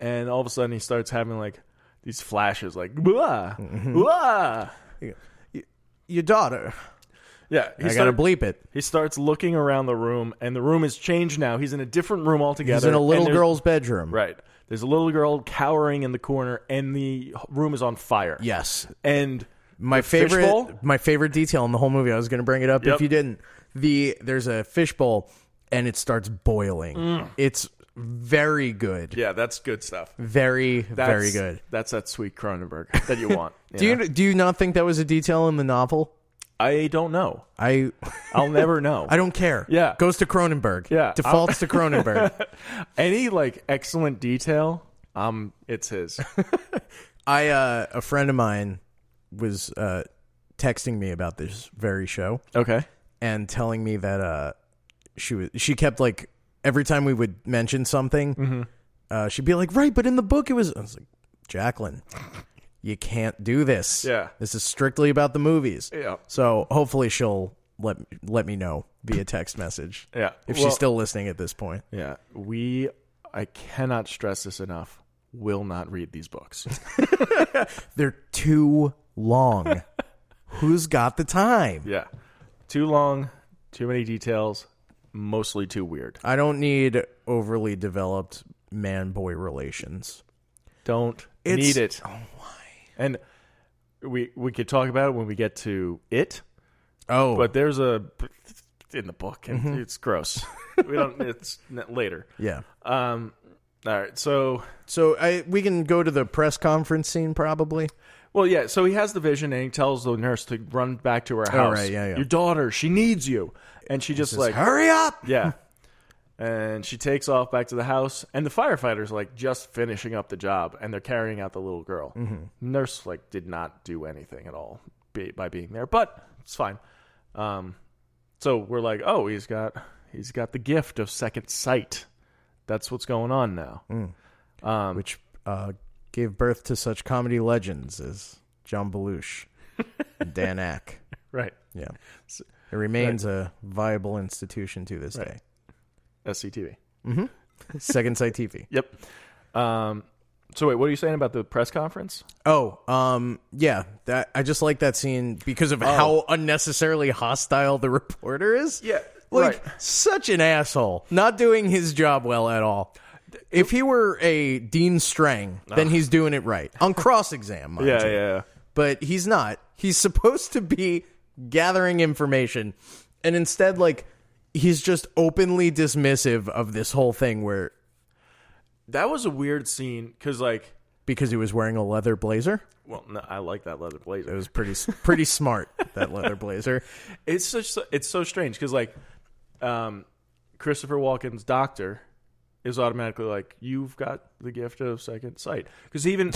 [SPEAKER 2] And all of a sudden he starts having like these flashes, like, blah,
[SPEAKER 1] Mm-hmm.
[SPEAKER 2] blah.
[SPEAKER 1] Your daughter.
[SPEAKER 2] Yeah. He
[SPEAKER 1] I gotta
[SPEAKER 2] start-
[SPEAKER 1] bleep it.
[SPEAKER 2] He starts looking around the room, and the room is changed now. He's in a different room altogether.
[SPEAKER 1] He's in a
[SPEAKER 2] and
[SPEAKER 1] little
[SPEAKER 2] there's-
[SPEAKER 1] girl's bedroom.
[SPEAKER 2] <laughs> Right. There's a little girl cowering in the corner, and the room is on fire.
[SPEAKER 1] Yes.
[SPEAKER 2] And
[SPEAKER 1] My favorite.
[SPEAKER 2] fishbowl?
[SPEAKER 1] My favorite detail in the whole movie. I was gonna bring it up if
[SPEAKER 2] Yep.
[SPEAKER 1] you didn't. The there's a fishbowl and it starts boiling. It's very good.
[SPEAKER 2] Mm. yeah, that's good stuff.
[SPEAKER 1] Very very
[SPEAKER 2] That's-
[SPEAKER 1] good.
[SPEAKER 2] That's that sweet Cronenberg that
[SPEAKER 1] <laughs>
[SPEAKER 2] you want.
[SPEAKER 1] Do
[SPEAKER 2] know?
[SPEAKER 1] you do you not think that was a detail in the novel?
[SPEAKER 2] I don't know.
[SPEAKER 1] I
[SPEAKER 2] I'll never know.
[SPEAKER 1] <laughs> I don't care.
[SPEAKER 2] Yeah.
[SPEAKER 1] Goes to Cronenberg.
[SPEAKER 2] Yeah.
[SPEAKER 1] Defaults
[SPEAKER 2] <laughs>
[SPEAKER 1] to Cronenberg.
[SPEAKER 2] Any like excellent detail, um, it's his.
[SPEAKER 1] I uh, a friend of mine was uh, texting me about this very show
[SPEAKER 2] Okay.
[SPEAKER 1] and telling me that uh, she was she kept like every time we would mention something,
[SPEAKER 2] Mm-hmm.
[SPEAKER 1] uh, she'd be like, "Right, but in the book it was." I was like, "Jacqueline, you can't do this.
[SPEAKER 2] Yeah.
[SPEAKER 1] this is strictly about the movies.
[SPEAKER 2] Yeah.
[SPEAKER 1] So hopefully she'll let let me know via text message.
[SPEAKER 2] Yeah.
[SPEAKER 1] if
[SPEAKER 2] Well-
[SPEAKER 1] she's still listening at this point.
[SPEAKER 2] Yeah, we. I cannot stress this enough. Will not read these books.
[SPEAKER 1] They're too long. Who's got the time?
[SPEAKER 2] yeah, too long, too many details, mostly too weird.
[SPEAKER 1] I don't need overly developed man boy relations.
[SPEAKER 2] Don't
[SPEAKER 1] It's-
[SPEAKER 2] need it. Oh my! And we we could talk about it when we get to it.
[SPEAKER 1] Oh,
[SPEAKER 2] But there's a in the book, and it's gross. we don't. It's n- later.
[SPEAKER 1] yeah.
[SPEAKER 2] Um. All right. So
[SPEAKER 1] So I we can go to the press conference scene probably.
[SPEAKER 2] Well, yeah. So he has the vision, and he tells the nurse to run back to her house.
[SPEAKER 1] Oh, right, yeah, yeah.
[SPEAKER 2] Your daughter, she needs you, and she just like,
[SPEAKER 1] Hurry up!
[SPEAKER 2] yeah. And she takes off back to the house, and the firefighters like just finishing up the job, and they're carrying out the little girl.
[SPEAKER 1] Mm-hmm.
[SPEAKER 2] Nurse like did not do anything at all be, by being there, but it's fine. Um, so we're like, oh, he's got he's got the gift of second sight. That's what's going on now.
[SPEAKER 1] Mm. Which uh, gave birth to such comedy legends as John Belushi, and Dan Ack.
[SPEAKER 2] Right.
[SPEAKER 1] Yeah, it remains a viable institution to this day.
[SPEAKER 2] SCTV.
[SPEAKER 1] Second Sight TV.
[SPEAKER 2] Yep. Um, so wait, what are you saying about the press conference?
[SPEAKER 1] Oh, um, yeah. That I just like that scene because of how unnecessarily hostile the reporter is.
[SPEAKER 2] Oh. Yeah,
[SPEAKER 1] like
[SPEAKER 2] right.
[SPEAKER 1] such an asshole, not doing his job well at all. If he were a Dean Strang, then he's doing it right on cross exam.
[SPEAKER 2] Ah. Yeah, yeah.
[SPEAKER 1] but he's not. He's supposed to be gathering information, and instead, like, he's just openly dismissive of this whole thing. Where
[SPEAKER 2] That was a weird scene because, like,
[SPEAKER 1] because he was wearing a leather blazer,
[SPEAKER 2] well, no, I like that leather blazer.
[SPEAKER 1] it was pretty <laughs> pretty smart that leather blazer.
[SPEAKER 2] it's such it's so strange because, like, um, Christopher Walken's doctor is automatically like, you've got the gift of second sight because <laughs> even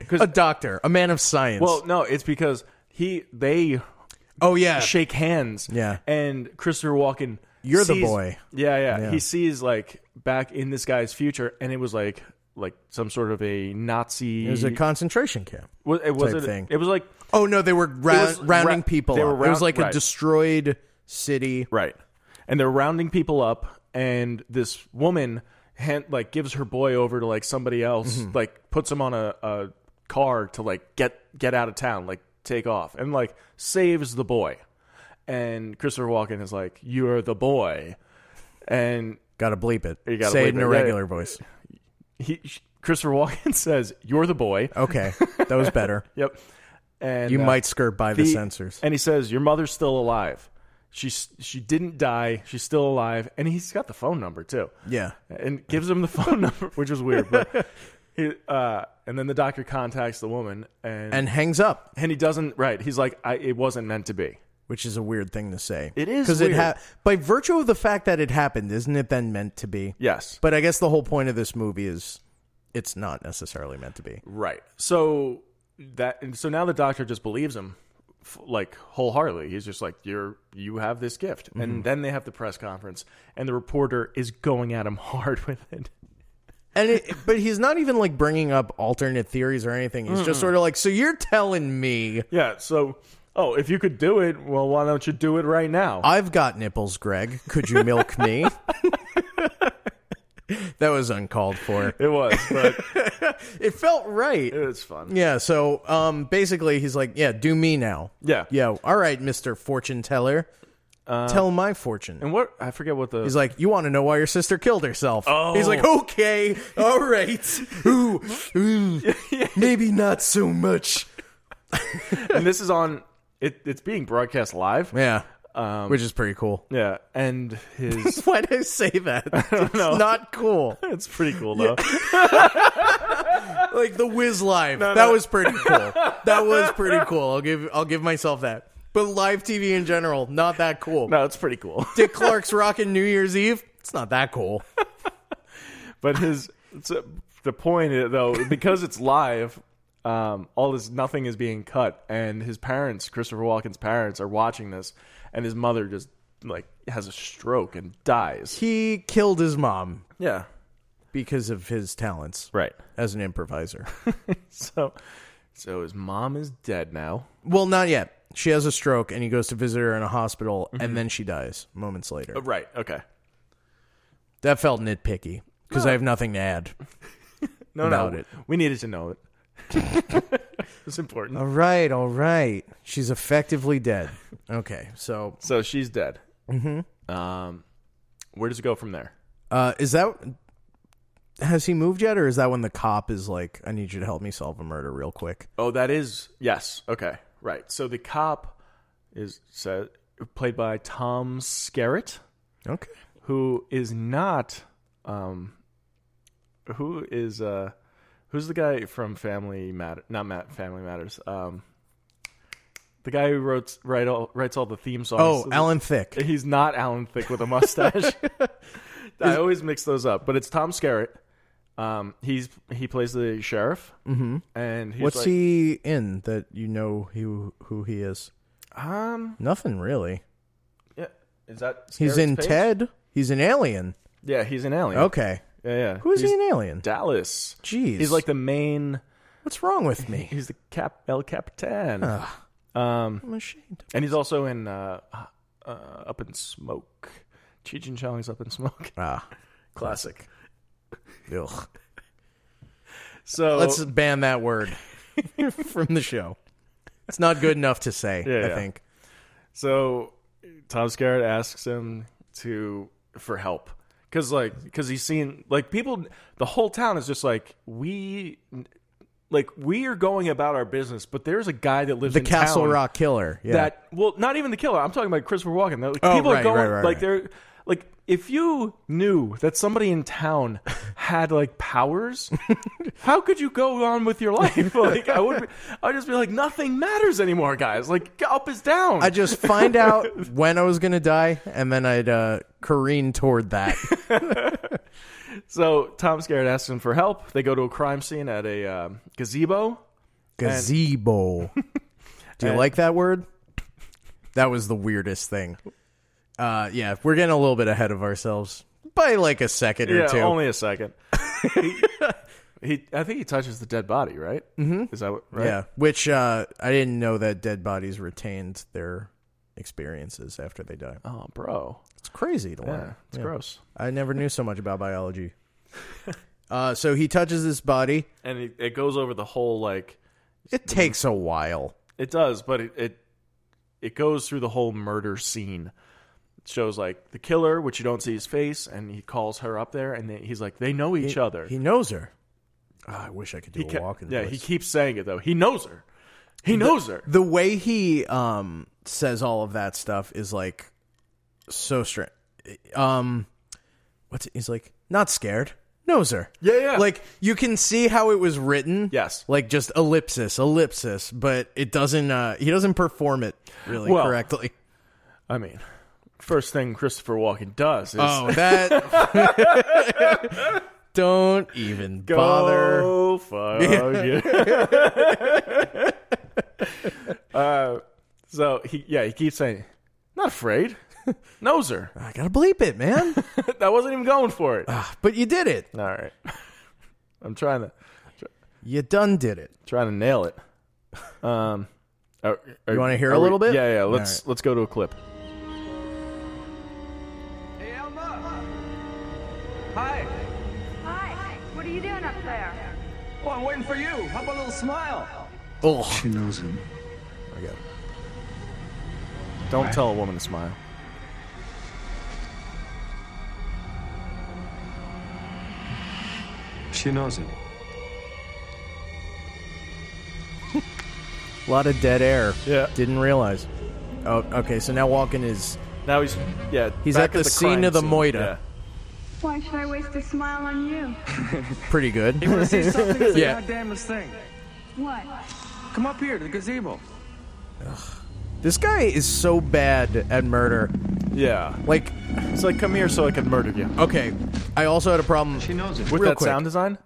[SPEAKER 2] because
[SPEAKER 1] A doctor, a man of science.
[SPEAKER 2] well, no, it's because he they
[SPEAKER 1] oh yeah,
[SPEAKER 2] shake hands.
[SPEAKER 1] Yeah.
[SPEAKER 2] And Christopher Walken.
[SPEAKER 1] You're the
[SPEAKER 2] sees-
[SPEAKER 1] boy.
[SPEAKER 2] Yeah, yeah,
[SPEAKER 1] Yeah.
[SPEAKER 2] He sees like back in this guy's future, and it was like like some sort of a Nazi.
[SPEAKER 1] it was a concentration camp.
[SPEAKER 2] was, it was
[SPEAKER 1] type
[SPEAKER 2] it,
[SPEAKER 1] thing.
[SPEAKER 2] It was like
[SPEAKER 1] Oh no, they were rou-
[SPEAKER 2] was ra-
[SPEAKER 1] rounding people.
[SPEAKER 2] they
[SPEAKER 1] up.
[SPEAKER 2] were
[SPEAKER 1] it
[SPEAKER 2] round-
[SPEAKER 1] was like a
[SPEAKER 2] right.
[SPEAKER 1] destroyed city.
[SPEAKER 2] right, and they're rounding people up, and this woman hand, like gives her boy over to like somebody else,
[SPEAKER 1] Mm-hmm.
[SPEAKER 2] like puts him on a, a car to like get get out of town, like take off, and like saves the boy. And Christopher Walken is like, "You're the boy," and
[SPEAKER 1] Got to bleep it.
[SPEAKER 2] You gotta
[SPEAKER 1] Say
[SPEAKER 2] bleep
[SPEAKER 1] it in
[SPEAKER 2] it.
[SPEAKER 1] a
[SPEAKER 2] Yeah, yeah.
[SPEAKER 1] regular voice.
[SPEAKER 2] he Christopher Walken <laughs> says, "You're the boy."
[SPEAKER 1] Okay, that was
[SPEAKER 2] <laughs>
[SPEAKER 1] better.
[SPEAKER 2] Yep. And
[SPEAKER 1] Oh. You
[SPEAKER 2] uh,
[SPEAKER 1] might skirt by the, censors.
[SPEAKER 2] And he says, "Your mother's still alive. She's she didn't die. She's still alive." And he's got the phone number too.
[SPEAKER 1] Yeah.
[SPEAKER 2] And gives him the <laughs> phone number, which is weird. But he, uh, and then the doctor contacts the woman, and and,
[SPEAKER 1] And hangs up.
[SPEAKER 2] he doesn't. Right. He's like, I, "It wasn't meant to be."
[SPEAKER 1] which is a weird thing to say.
[SPEAKER 2] It is
[SPEAKER 1] it
[SPEAKER 2] weird.
[SPEAKER 1] ha- by virtue of the fact that it happened, isn't it then meant to be?
[SPEAKER 2] Yes.
[SPEAKER 1] But I guess the whole point of this movie is it's not necessarily meant to be.
[SPEAKER 2] Right. So that and so now the doctor just believes him f- like wholeheartedly. He's just like you're you have this gift. And then they have the press conference and the reporter is going at him <laughs> hard with it.
[SPEAKER 1] And it, but he's not even like bringing up alternate theories or anything. He's just sort of like, so you're telling me
[SPEAKER 2] Yeah, so oh, if you could do it, well why don't you do it right now?
[SPEAKER 1] I've got nipples, Greg? Could you milk me?
[SPEAKER 2] <laughs>
[SPEAKER 1] that was uncalled for.
[SPEAKER 2] it was, but <laughs>
[SPEAKER 1] It felt right.
[SPEAKER 2] it was fun.
[SPEAKER 1] Yeah, so um basically he's like, yeah, do me now.
[SPEAKER 2] Yeah.
[SPEAKER 1] Yeah, all right, Mr. Fortune Teller. Tell my fortune.
[SPEAKER 2] Uh, And what I forget what the
[SPEAKER 1] He's like, you want to know why your sister killed herself?
[SPEAKER 2] Oh.
[SPEAKER 1] He's like, okay, all
[SPEAKER 2] <laughs>
[SPEAKER 1] right, ooh, ooh, maybe not so much.
[SPEAKER 2] and this is on it, it's being broadcast live.
[SPEAKER 1] Yeah, which is pretty cool.
[SPEAKER 2] Yeah, and his
[SPEAKER 1] Um, <laughs> Why did <laughs> I say that? it's
[SPEAKER 2] know.
[SPEAKER 1] not cool.
[SPEAKER 2] <laughs> it's pretty cool though.
[SPEAKER 1] Like the Whiz Live, that was pretty <laughs> cool. That was pretty cool. I'll give I'll give myself that. But live TV in general, not that cool.
[SPEAKER 2] No, it's pretty cool.
[SPEAKER 1] Dick Clark's rocking New Year's Eve. It's not that cool.
[SPEAKER 2] but his so the point is, though because it's live um, all this nothing is being cut and his parents christopher walken's parents are watching this and his mother just like has a stroke and dies.
[SPEAKER 1] He killed his mom
[SPEAKER 2] Yeah.
[SPEAKER 1] because of his talents
[SPEAKER 2] Right.
[SPEAKER 1] as an improviser.
[SPEAKER 2] <laughs> So so his mom is dead now.
[SPEAKER 1] well, not yet. She has a stroke and he goes to visit her in a hospital and then she dies moments later.
[SPEAKER 2] Oh, Right. Okay.
[SPEAKER 1] That felt nitpicky because I have nothing to add.
[SPEAKER 2] No,
[SPEAKER 1] About
[SPEAKER 2] no.
[SPEAKER 1] it.
[SPEAKER 2] We needed to know it. <laughs> it's important.
[SPEAKER 1] All right, all right. She's effectively dead. Okay, so
[SPEAKER 2] So she's dead. Mm-hmm. Um, where does it go from there?
[SPEAKER 1] uh, is that has he moved yet, or is that when the cop is like, "I need you to help me solve a murder real quick"?
[SPEAKER 2] Oh, that is yes. Okay, right. So the cop is said played by Tom Skerritt,
[SPEAKER 1] Okay,
[SPEAKER 2] who is not um, who is uh, who's the guy from Family Matter? Not Matt Family Matters. Um, the guy who wrote write all, writes all the theme songs.
[SPEAKER 1] Oh, Alan Thick.
[SPEAKER 2] He's not Alan Thick with
[SPEAKER 1] <laughs>
[SPEAKER 2] a mustache. I always mix those up, but it's Tom Skerritt. Um, he's he plays the sheriff, mm-hmm. and he's
[SPEAKER 1] What's
[SPEAKER 2] like-
[SPEAKER 1] he in that you know who who he is?
[SPEAKER 2] Um,
[SPEAKER 1] Nothing really.
[SPEAKER 2] yeah, is that
[SPEAKER 1] He's
[SPEAKER 2] Skerritt's
[SPEAKER 1] in
[SPEAKER 2] page?
[SPEAKER 1] Ted. He's an alien.
[SPEAKER 2] Yeah, he's an alien.
[SPEAKER 1] Okay,
[SPEAKER 2] yeah, yeah.
[SPEAKER 1] who is
[SPEAKER 2] He's
[SPEAKER 1] he an alien?
[SPEAKER 2] Dallas.
[SPEAKER 1] Jeez,
[SPEAKER 2] He's like the main.
[SPEAKER 1] what's wrong with
[SPEAKER 2] <laughs>
[SPEAKER 1] me?
[SPEAKER 2] He's the cap El Capitan,
[SPEAKER 1] I'm ashamed.
[SPEAKER 2] and he's also in uh, uh, Up in Smoke. Cheech and Chong's Up in Smoke, <laughs>
[SPEAKER 1] Ah,
[SPEAKER 2] classic.
[SPEAKER 1] ugh.
[SPEAKER 2] So
[SPEAKER 1] Let's ban that word <laughs> from the show. It's not good enough to say.
[SPEAKER 2] Yeah,
[SPEAKER 1] I
[SPEAKER 2] yeah.
[SPEAKER 1] think.
[SPEAKER 2] So Tom Skerritt asks him to for help because like because he's seen like people the whole town is just like we like we are going about our business, but there's a guy that lives
[SPEAKER 1] The
[SPEAKER 2] in
[SPEAKER 1] Castle
[SPEAKER 2] town
[SPEAKER 1] Rock Killer. Yeah.
[SPEAKER 2] that well not even the killer. I'm talking about Christopher Walken. Like,
[SPEAKER 1] Oh,
[SPEAKER 2] people
[SPEAKER 1] right,
[SPEAKER 2] are going
[SPEAKER 1] right, right,
[SPEAKER 2] like
[SPEAKER 1] right.
[SPEAKER 2] they're like if you knew that somebody in town had
[SPEAKER 1] <laughs>
[SPEAKER 2] like powers, how could you go on with your life? Like I would, be, I would just be like nothing matters anymore, guys. Like up is down.
[SPEAKER 1] I just find
[SPEAKER 2] <laughs>
[SPEAKER 1] out when I was gonna die, and then I'd uh, careen toward
[SPEAKER 2] <laughs>
[SPEAKER 1] that.
[SPEAKER 2] So Tom Skerritt asks him for help. They go to a crime scene at a um, gazebo.
[SPEAKER 1] Gazebo. Do you like that word? That was the weirdest thing. Uh, yeah, we're getting a little bit ahead of ourselves by like a second or
[SPEAKER 2] Yeah,
[SPEAKER 1] two.
[SPEAKER 2] only
[SPEAKER 1] <laughs>
[SPEAKER 2] a second. he, he- I think he touches the dead body, right? Mm-hmm. Is that what, right?
[SPEAKER 1] Yeah, which uh, I didn't know that dead bodies retained their experiences after they die.
[SPEAKER 2] Oh, bro,
[SPEAKER 1] It's crazy to learn.
[SPEAKER 2] yeah, it's gross.
[SPEAKER 1] I never knew so much about biology. <laughs> uh, so he touches this body.
[SPEAKER 2] And it, it goes over the whole like
[SPEAKER 1] It takes a while.
[SPEAKER 2] it does, but it, it it goes through the whole murder scene. It shows like the killer, which you don't see his face, and he calls her up there, and they, he's like, they know each other.
[SPEAKER 1] He knows her. Ah, I wish I could do a
[SPEAKER 2] He ca-
[SPEAKER 1] walking.
[SPEAKER 2] yeah,
[SPEAKER 1] voice.
[SPEAKER 2] he keeps saying it though. He knows her. He knows her.
[SPEAKER 1] the way he um says all of that stuff is like so strange. Um, what's he's like? Not scared. Knows her.
[SPEAKER 2] Yeah, yeah.
[SPEAKER 1] Like you can see how it was written.
[SPEAKER 2] Yes.
[SPEAKER 1] Like just ellipsis, ellipsis, but it doesn't. uh He doesn't perform it really
[SPEAKER 2] Well,
[SPEAKER 1] correctly.
[SPEAKER 2] I mean, first thing Christopher Walken does is
[SPEAKER 1] Oh, that. <laughs> Don't even bother.
[SPEAKER 2] go fuck you.
[SPEAKER 1] <laughs>
[SPEAKER 2] <laughs> uh, so he, yeah, he keeps saying, "Not afraid." <laughs> Knows her.
[SPEAKER 1] I gotta bleep it, man.
[SPEAKER 2] I wasn't even going for it. All
[SPEAKER 1] but you did it.
[SPEAKER 2] right, <laughs> I'm trying to
[SPEAKER 1] You done did it.
[SPEAKER 2] trying to nail it. Um, are- are-
[SPEAKER 1] You wanna hear
[SPEAKER 2] are
[SPEAKER 1] a
[SPEAKER 2] we-
[SPEAKER 1] little bit?
[SPEAKER 2] Yeah, yeah.
[SPEAKER 1] All
[SPEAKER 2] Let's
[SPEAKER 1] right.
[SPEAKER 2] let's go to a clip.
[SPEAKER 6] Hey, Elma. Hi.
[SPEAKER 7] Hi. What are you doing up there?
[SPEAKER 6] Oh, I'm waiting for you. How about a little smile?
[SPEAKER 1] Oh,
[SPEAKER 5] She knows him.
[SPEAKER 2] Don't tell a woman to smile.
[SPEAKER 5] She knows him.
[SPEAKER 1] a lot of dead air.
[SPEAKER 2] Yeah.
[SPEAKER 1] Didn't realize. Oh, okay. So now Walken is
[SPEAKER 2] Now he's yeah.
[SPEAKER 1] He's
[SPEAKER 2] back
[SPEAKER 1] at the scene
[SPEAKER 2] crime
[SPEAKER 1] of the Moira.
[SPEAKER 2] Yeah.
[SPEAKER 7] Why should I waste a smile on you?
[SPEAKER 1] pretty good.
[SPEAKER 6] See
[SPEAKER 1] <laughs>
[SPEAKER 6] something is the
[SPEAKER 1] Yeah.
[SPEAKER 6] goddamnest thing.
[SPEAKER 7] What?
[SPEAKER 6] Come up here to the gazebo.
[SPEAKER 1] This guy is so bad at murder.
[SPEAKER 2] Yeah.
[SPEAKER 1] Like,
[SPEAKER 2] It's like come here so I can murder you.
[SPEAKER 1] okay, I also had a problem.
[SPEAKER 5] She knows him.
[SPEAKER 2] With
[SPEAKER 1] Real
[SPEAKER 2] that
[SPEAKER 1] quick.
[SPEAKER 2] sound design?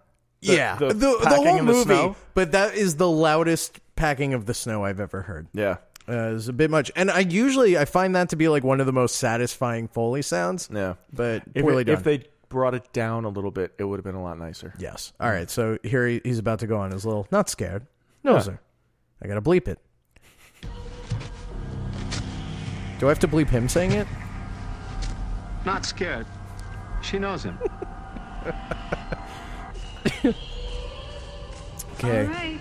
[SPEAKER 2] The-
[SPEAKER 1] yeah,
[SPEAKER 2] the
[SPEAKER 1] the, the
[SPEAKER 2] packing
[SPEAKER 1] whole
[SPEAKER 2] in the
[SPEAKER 1] movie,
[SPEAKER 2] snow?
[SPEAKER 1] but that is the loudest packing of the snow I've ever heard.
[SPEAKER 2] Yeah.
[SPEAKER 1] uh, is a bit much. And I usually I find that to be like one of the most satisfying Foley sounds.
[SPEAKER 2] Yeah.
[SPEAKER 1] but
[SPEAKER 2] If,
[SPEAKER 1] poorly
[SPEAKER 2] it-
[SPEAKER 1] done.
[SPEAKER 2] if they brought it down a little bit, it would have been a lot nicer.
[SPEAKER 1] yes. All right. So here he, he's about to go on his little not scared. No
[SPEAKER 2] Yeah.
[SPEAKER 1] sir, I gotta bleep it. Do I have to bleep him saying it?
[SPEAKER 5] Not scared. She knows him.
[SPEAKER 1] Okay.
[SPEAKER 7] All right.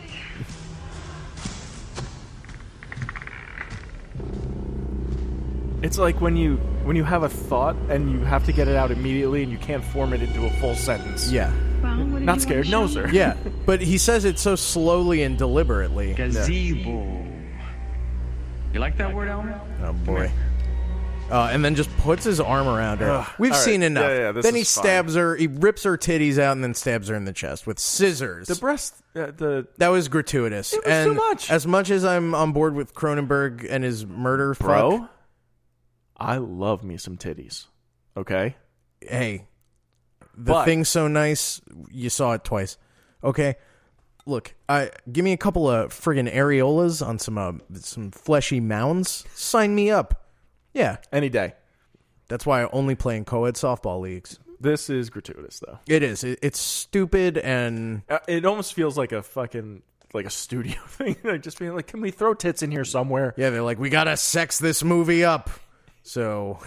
[SPEAKER 2] It's like when you when you have a thought and you have to get it out immediately and you can't form it into a full sentence.
[SPEAKER 1] Yeah.
[SPEAKER 7] Well, what did you
[SPEAKER 2] Not
[SPEAKER 7] want
[SPEAKER 2] scared,
[SPEAKER 7] to
[SPEAKER 2] no
[SPEAKER 7] show
[SPEAKER 2] sir.
[SPEAKER 1] Yeah. But he says it so slowly and deliberately.
[SPEAKER 8] Gazebo. You like that word, Elmer?
[SPEAKER 1] Oh boy. Uh, and then just puts his arm around her.
[SPEAKER 2] Ugh.
[SPEAKER 1] We've
[SPEAKER 2] All right.
[SPEAKER 1] seen enough.
[SPEAKER 2] Yeah, yeah, this
[SPEAKER 1] then he
[SPEAKER 2] is fine.
[SPEAKER 1] stabs her. He rips her titties out and then stabs her in the chest with scissors.
[SPEAKER 2] The breast, uh, the
[SPEAKER 1] that was gratuitous.
[SPEAKER 2] It was
[SPEAKER 1] and
[SPEAKER 2] too much.
[SPEAKER 1] As much as I'm on board with Cronenberg and his murder,
[SPEAKER 2] bro.
[SPEAKER 1] fuck,
[SPEAKER 2] I love me some titties. Okay.
[SPEAKER 1] hey, the
[SPEAKER 2] But-
[SPEAKER 1] thing's so nice. You saw it twice. Okay, look, I give me a couple of friggin' areolas on some uh, some fleshy mounds. Sign me up. Yeah,
[SPEAKER 2] Any day.
[SPEAKER 1] that's why I only play in co-ed softball leagues.
[SPEAKER 2] This is gratuitous though.
[SPEAKER 1] It is. It, it's stupid and
[SPEAKER 2] Uh, It almost feels like a fucking like a studio <laughs> thing. like just being like, can we throw tits in here somewhere?
[SPEAKER 1] yeah, they're like, we gotta sex this movie up. So,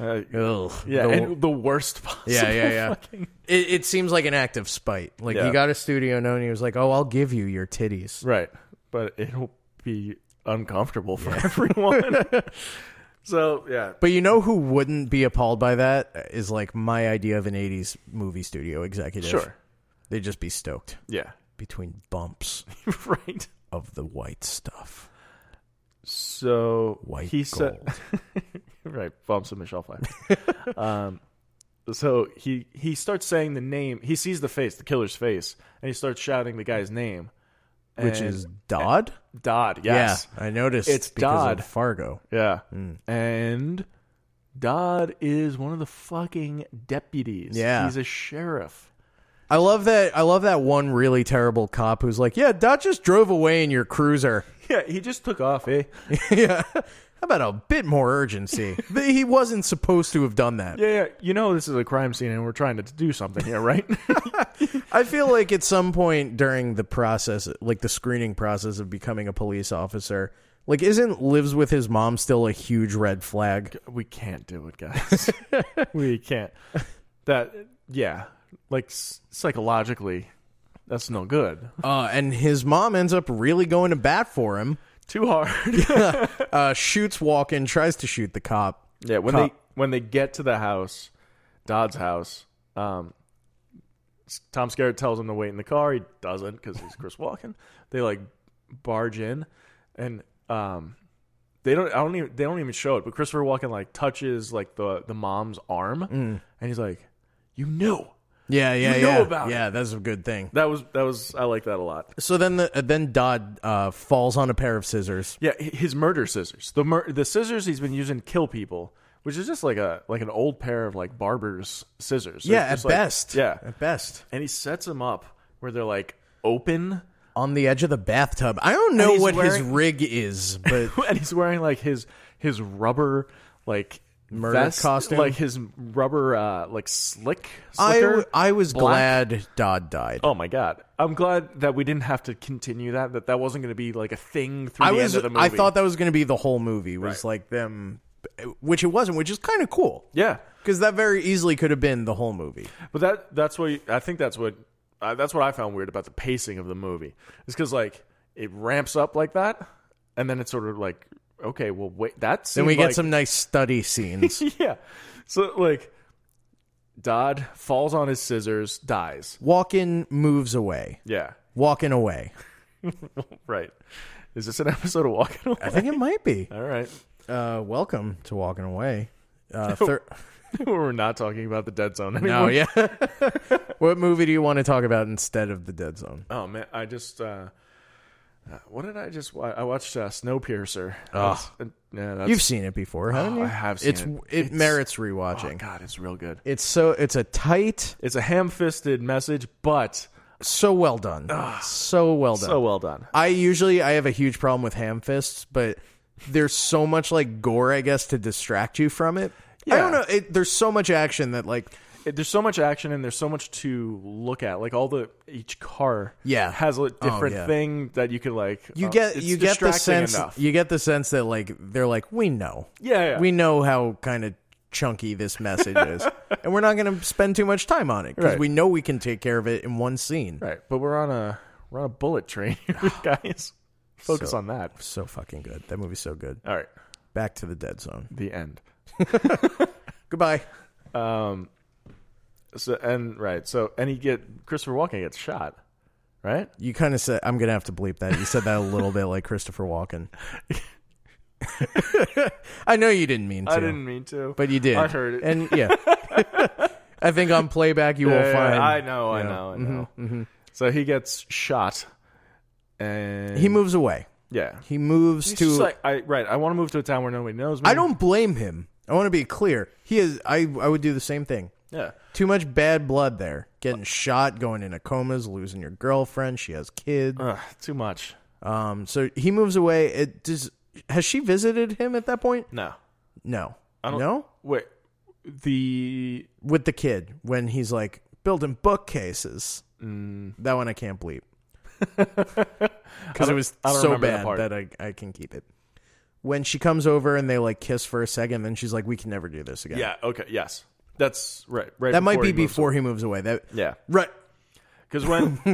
[SPEAKER 2] Uh,
[SPEAKER 1] <laughs> ugh.
[SPEAKER 2] yeah,
[SPEAKER 1] The-
[SPEAKER 2] and the worst possible.
[SPEAKER 1] <laughs> yeah, yeah, yeah.
[SPEAKER 2] fucking-
[SPEAKER 1] <laughs> It, it seems like an act of spite. Like
[SPEAKER 2] Yeah.
[SPEAKER 1] he got a studio known, and he was like, "Oh, I'll give you your titties."
[SPEAKER 2] <laughs> Right. But it'll be uncomfortable for <laughs> everyone. so, yeah.
[SPEAKER 1] But you know who wouldn't be appalled by that is like my idea of an '80s movie studio executive.
[SPEAKER 2] Sure.
[SPEAKER 1] they'd just be stoked
[SPEAKER 2] Yeah.
[SPEAKER 1] between bumps
[SPEAKER 2] <laughs> right.
[SPEAKER 1] of the white stuff.
[SPEAKER 2] So
[SPEAKER 1] White
[SPEAKER 2] he said, <laughs> right, bumps of Michelle Pfeiffer. <laughs> um, so he he starts saying the name. He sees the face, the killer's face, and he starts shouting the guy's name,
[SPEAKER 1] Which
[SPEAKER 2] And-
[SPEAKER 1] is Dodd.
[SPEAKER 2] Dodd. Yes,
[SPEAKER 1] Yeah, I noticed.
[SPEAKER 2] It's
[SPEAKER 1] because of
[SPEAKER 2] Dodd.
[SPEAKER 1] Fargo.
[SPEAKER 2] yeah. And Dodd is one of the fucking deputies.
[SPEAKER 1] Yeah.
[SPEAKER 2] he's a sheriff.
[SPEAKER 1] I love that. I love that one really terrible cop who's like, "Yeah, Dot just drove away in your cruiser. <laughs>
[SPEAKER 2] Yeah, he just took off, eh?
[SPEAKER 1] yeah, how about a bit more urgency? Th- he wasn't supposed to have done that.
[SPEAKER 2] Yeah, yeah. You know this is a crime scene, and we're trying to do something here, <laughs> right?
[SPEAKER 1] I feel like at some point during the process, like the screening process of becoming a police officer, like isn't lives with his mom still a huge red flag?
[SPEAKER 2] we can't do it, <laughs> guys. we can't. That yeah, like s- psychologically, that's no good.
[SPEAKER 1] Uh, and his mom ends up really going to bat for him.
[SPEAKER 2] Too hard.
[SPEAKER 1] Uh, shoots Walken, tries to shoot the cop.
[SPEAKER 2] <laughs> Yeah, when
[SPEAKER 1] Cop.
[SPEAKER 2] they when they get to the house, Dodd's house, um, s- Tom Skerritt tells him to wait in the car. He doesn't because he's Chris Walken. They like barge in, and um, they don't. I don't even. They don't even show it. But Christopher Walken like touches like the the mom's arm, and he's like, "You knew."
[SPEAKER 1] Yeah, yeah,
[SPEAKER 2] You know
[SPEAKER 1] yeah.
[SPEAKER 2] about it.
[SPEAKER 1] yeah, that's a good thing.
[SPEAKER 2] That was that was I like that a lot.
[SPEAKER 1] So then, the, uh, then Dodd uh, falls on a pair of scissors.
[SPEAKER 2] Yeah, h- his murder scissors. The mur- the scissors he's been using to kill people, which is just like a like an old pair of like barber's scissors. They're
[SPEAKER 1] yeah, at
[SPEAKER 2] just like-
[SPEAKER 1] best.
[SPEAKER 2] Yeah,
[SPEAKER 1] at best.
[SPEAKER 2] and he sets them up where they're like open, <laughs>
[SPEAKER 1] On the edge of the bathtub. I don't know
[SPEAKER 2] he's
[SPEAKER 1] what his
[SPEAKER 2] wearing-
[SPEAKER 1] rig is, <laughs> but
[SPEAKER 2] and he's wearing like his his rubber like
[SPEAKER 1] Murder
[SPEAKER 2] vest,
[SPEAKER 1] costume?
[SPEAKER 2] like his rubber uh like slick.
[SPEAKER 1] I
[SPEAKER 2] slicker,
[SPEAKER 1] I was
[SPEAKER 2] black.
[SPEAKER 1] glad Dodd died.
[SPEAKER 2] Oh my god! I'm glad that we didn't have to continue that. That that wasn't going to be like a thing through
[SPEAKER 1] I
[SPEAKER 2] the
[SPEAKER 1] was
[SPEAKER 2] end of the movie.
[SPEAKER 1] I thought that was going to be the whole movie was like them, which it wasn't, which is kind of cool
[SPEAKER 2] yeah,
[SPEAKER 1] because that very easily could have been the whole movie.
[SPEAKER 2] But that that's what I think that's what uh, that's what I found weird about the pacing of the movie is because like it ramps up like that, and then it's sort of like okay, well wait, that's
[SPEAKER 1] Then we get some nice study scenes.
[SPEAKER 2] <laughs> yeah. So like Dodd falls on his scissors, dies.
[SPEAKER 1] Walken moves away.
[SPEAKER 2] Yeah,
[SPEAKER 1] Walking away.
[SPEAKER 2] right. Is this an episode of Walking
[SPEAKER 1] I
[SPEAKER 2] Away?
[SPEAKER 1] think it might be.
[SPEAKER 2] <laughs> All right, <laughs>
[SPEAKER 1] Uh, welcome to Walking Away. Uh, thir-
[SPEAKER 2] we're not talking about the Dead Zone anymore.
[SPEAKER 1] no, yeah. <laughs> what movie do you want to talk about instead of The Dead Zone?
[SPEAKER 2] Oh man, I just uh, uh, what did I just watch? I watched uh, Snowpiercer.
[SPEAKER 1] Ah.
[SPEAKER 2] That's- yeah, that's,
[SPEAKER 1] You've seen it before, haven't
[SPEAKER 2] Oh,
[SPEAKER 1] you?
[SPEAKER 2] I have seen
[SPEAKER 1] it's,
[SPEAKER 2] it.
[SPEAKER 1] it.
[SPEAKER 2] It's-
[SPEAKER 1] merits
[SPEAKER 2] Oh
[SPEAKER 1] rewatching.
[SPEAKER 2] god, it's real good.
[SPEAKER 1] it's so it's a tight,
[SPEAKER 2] It's a ham-fisted message, but
[SPEAKER 1] so well done, so well done.
[SPEAKER 2] so well done.
[SPEAKER 1] I usually I have a huge problem with ham fists, but there's so much like gore, I guess, to distract you from it. I don't
[SPEAKER 2] Yeah.
[SPEAKER 1] know. It, there's so much action that like
[SPEAKER 2] It- there's so much action and there's so much to look at. Like all the each car,
[SPEAKER 1] Yeah.
[SPEAKER 2] has a
[SPEAKER 1] Oh,
[SPEAKER 2] different
[SPEAKER 1] yeah.
[SPEAKER 2] thing that you could like.
[SPEAKER 1] you
[SPEAKER 2] uh,
[SPEAKER 1] get
[SPEAKER 2] it's
[SPEAKER 1] you get the
[SPEAKER 2] distracting
[SPEAKER 1] sense
[SPEAKER 2] enough.
[SPEAKER 1] you get the sense that like they're like we know
[SPEAKER 2] Yeah, yeah.
[SPEAKER 1] we know how kind of chunky this message
[SPEAKER 2] <laughs>
[SPEAKER 1] is and we're not going to spend too much time on it because
[SPEAKER 2] Right.
[SPEAKER 1] we know we can take care of it in one scene
[SPEAKER 2] right, but we're on a we're on a bullet train, <laughs> <sighs> here, guys. Focus
[SPEAKER 1] So-
[SPEAKER 2] on that.
[SPEAKER 1] so fucking good that movie's so good
[SPEAKER 2] All right,
[SPEAKER 1] back to the dead zone
[SPEAKER 2] the end.
[SPEAKER 1] goodbye
[SPEAKER 2] So and right, so and he get Christopher Walken gets shot, right?
[SPEAKER 1] you kind of said i'm going to have to bleep that you said that a little bit like christopher walken <laughs> i know you didn't mean to
[SPEAKER 2] I didn't mean to,
[SPEAKER 1] but you did
[SPEAKER 2] I heard it.
[SPEAKER 1] and yeah <laughs> i think on playback you will
[SPEAKER 2] Yeah,
[SPEAKER 1] find
[SPEAKER 2] I know, I
[SPEAKER 1] you
[SPEAKER 2] know, I know. So he gets shot, and
[SPEAKER 1] he moves away
[SPEAKER 2] Yeah,
[SPEAKER 1] he moves
[SPEAKER 2] He's
[SPEAKER 1] to
[SPEAKER 2] just like hmm. I right. I want to move to a town where nobody knows me.
[SPEAKER 1] I don't blame him. I want to be clear. He is. I. I would do the same thing.
[SPEAKER 2] Yeah.
[SPEAKER 1] Too much bad blood there. Getting shot, going into comas, losing your girlfriend. She has kids.
[SPEAKER 2] Ugh, too much.
[SPEAKER 1] Um. So he moves away. It does. Has she visited him at that point?
[SPEAKER 2] No.
[SPEAKER 1] No.
[SPEAKER 2] don't-
[SPEAKER 1] no.
[SPEAKER 2] Wait. The
[SPEAKER 1] With the kid when he's like building bookcases. That one I can't bleep because it was
[SPEAKER 2] I Mm. don't
[SPEAKER 1] so
[SPEAKER 2] remember that
[SPEAKER 1] bad
[SPEAKER 2] part.
[SPEAKER 1] that I I can keep it. When she comes over and they like kiss for a second, then she's like, "We can never do this again."
[SPEAKER 2] yeah. Okay. Yes. That's right. Right.
[SPEAKER 1] That might be
[SPEAKER 2] he moves
[SPEAKER 1] before he moves away. That
[SPEAKER 2] away. Yeah.
[SPEAKER 1] right.
[SPEAKER 2] Because when
[SPEAKER 1] <laughs>
[SPEAKER 2] <laughs>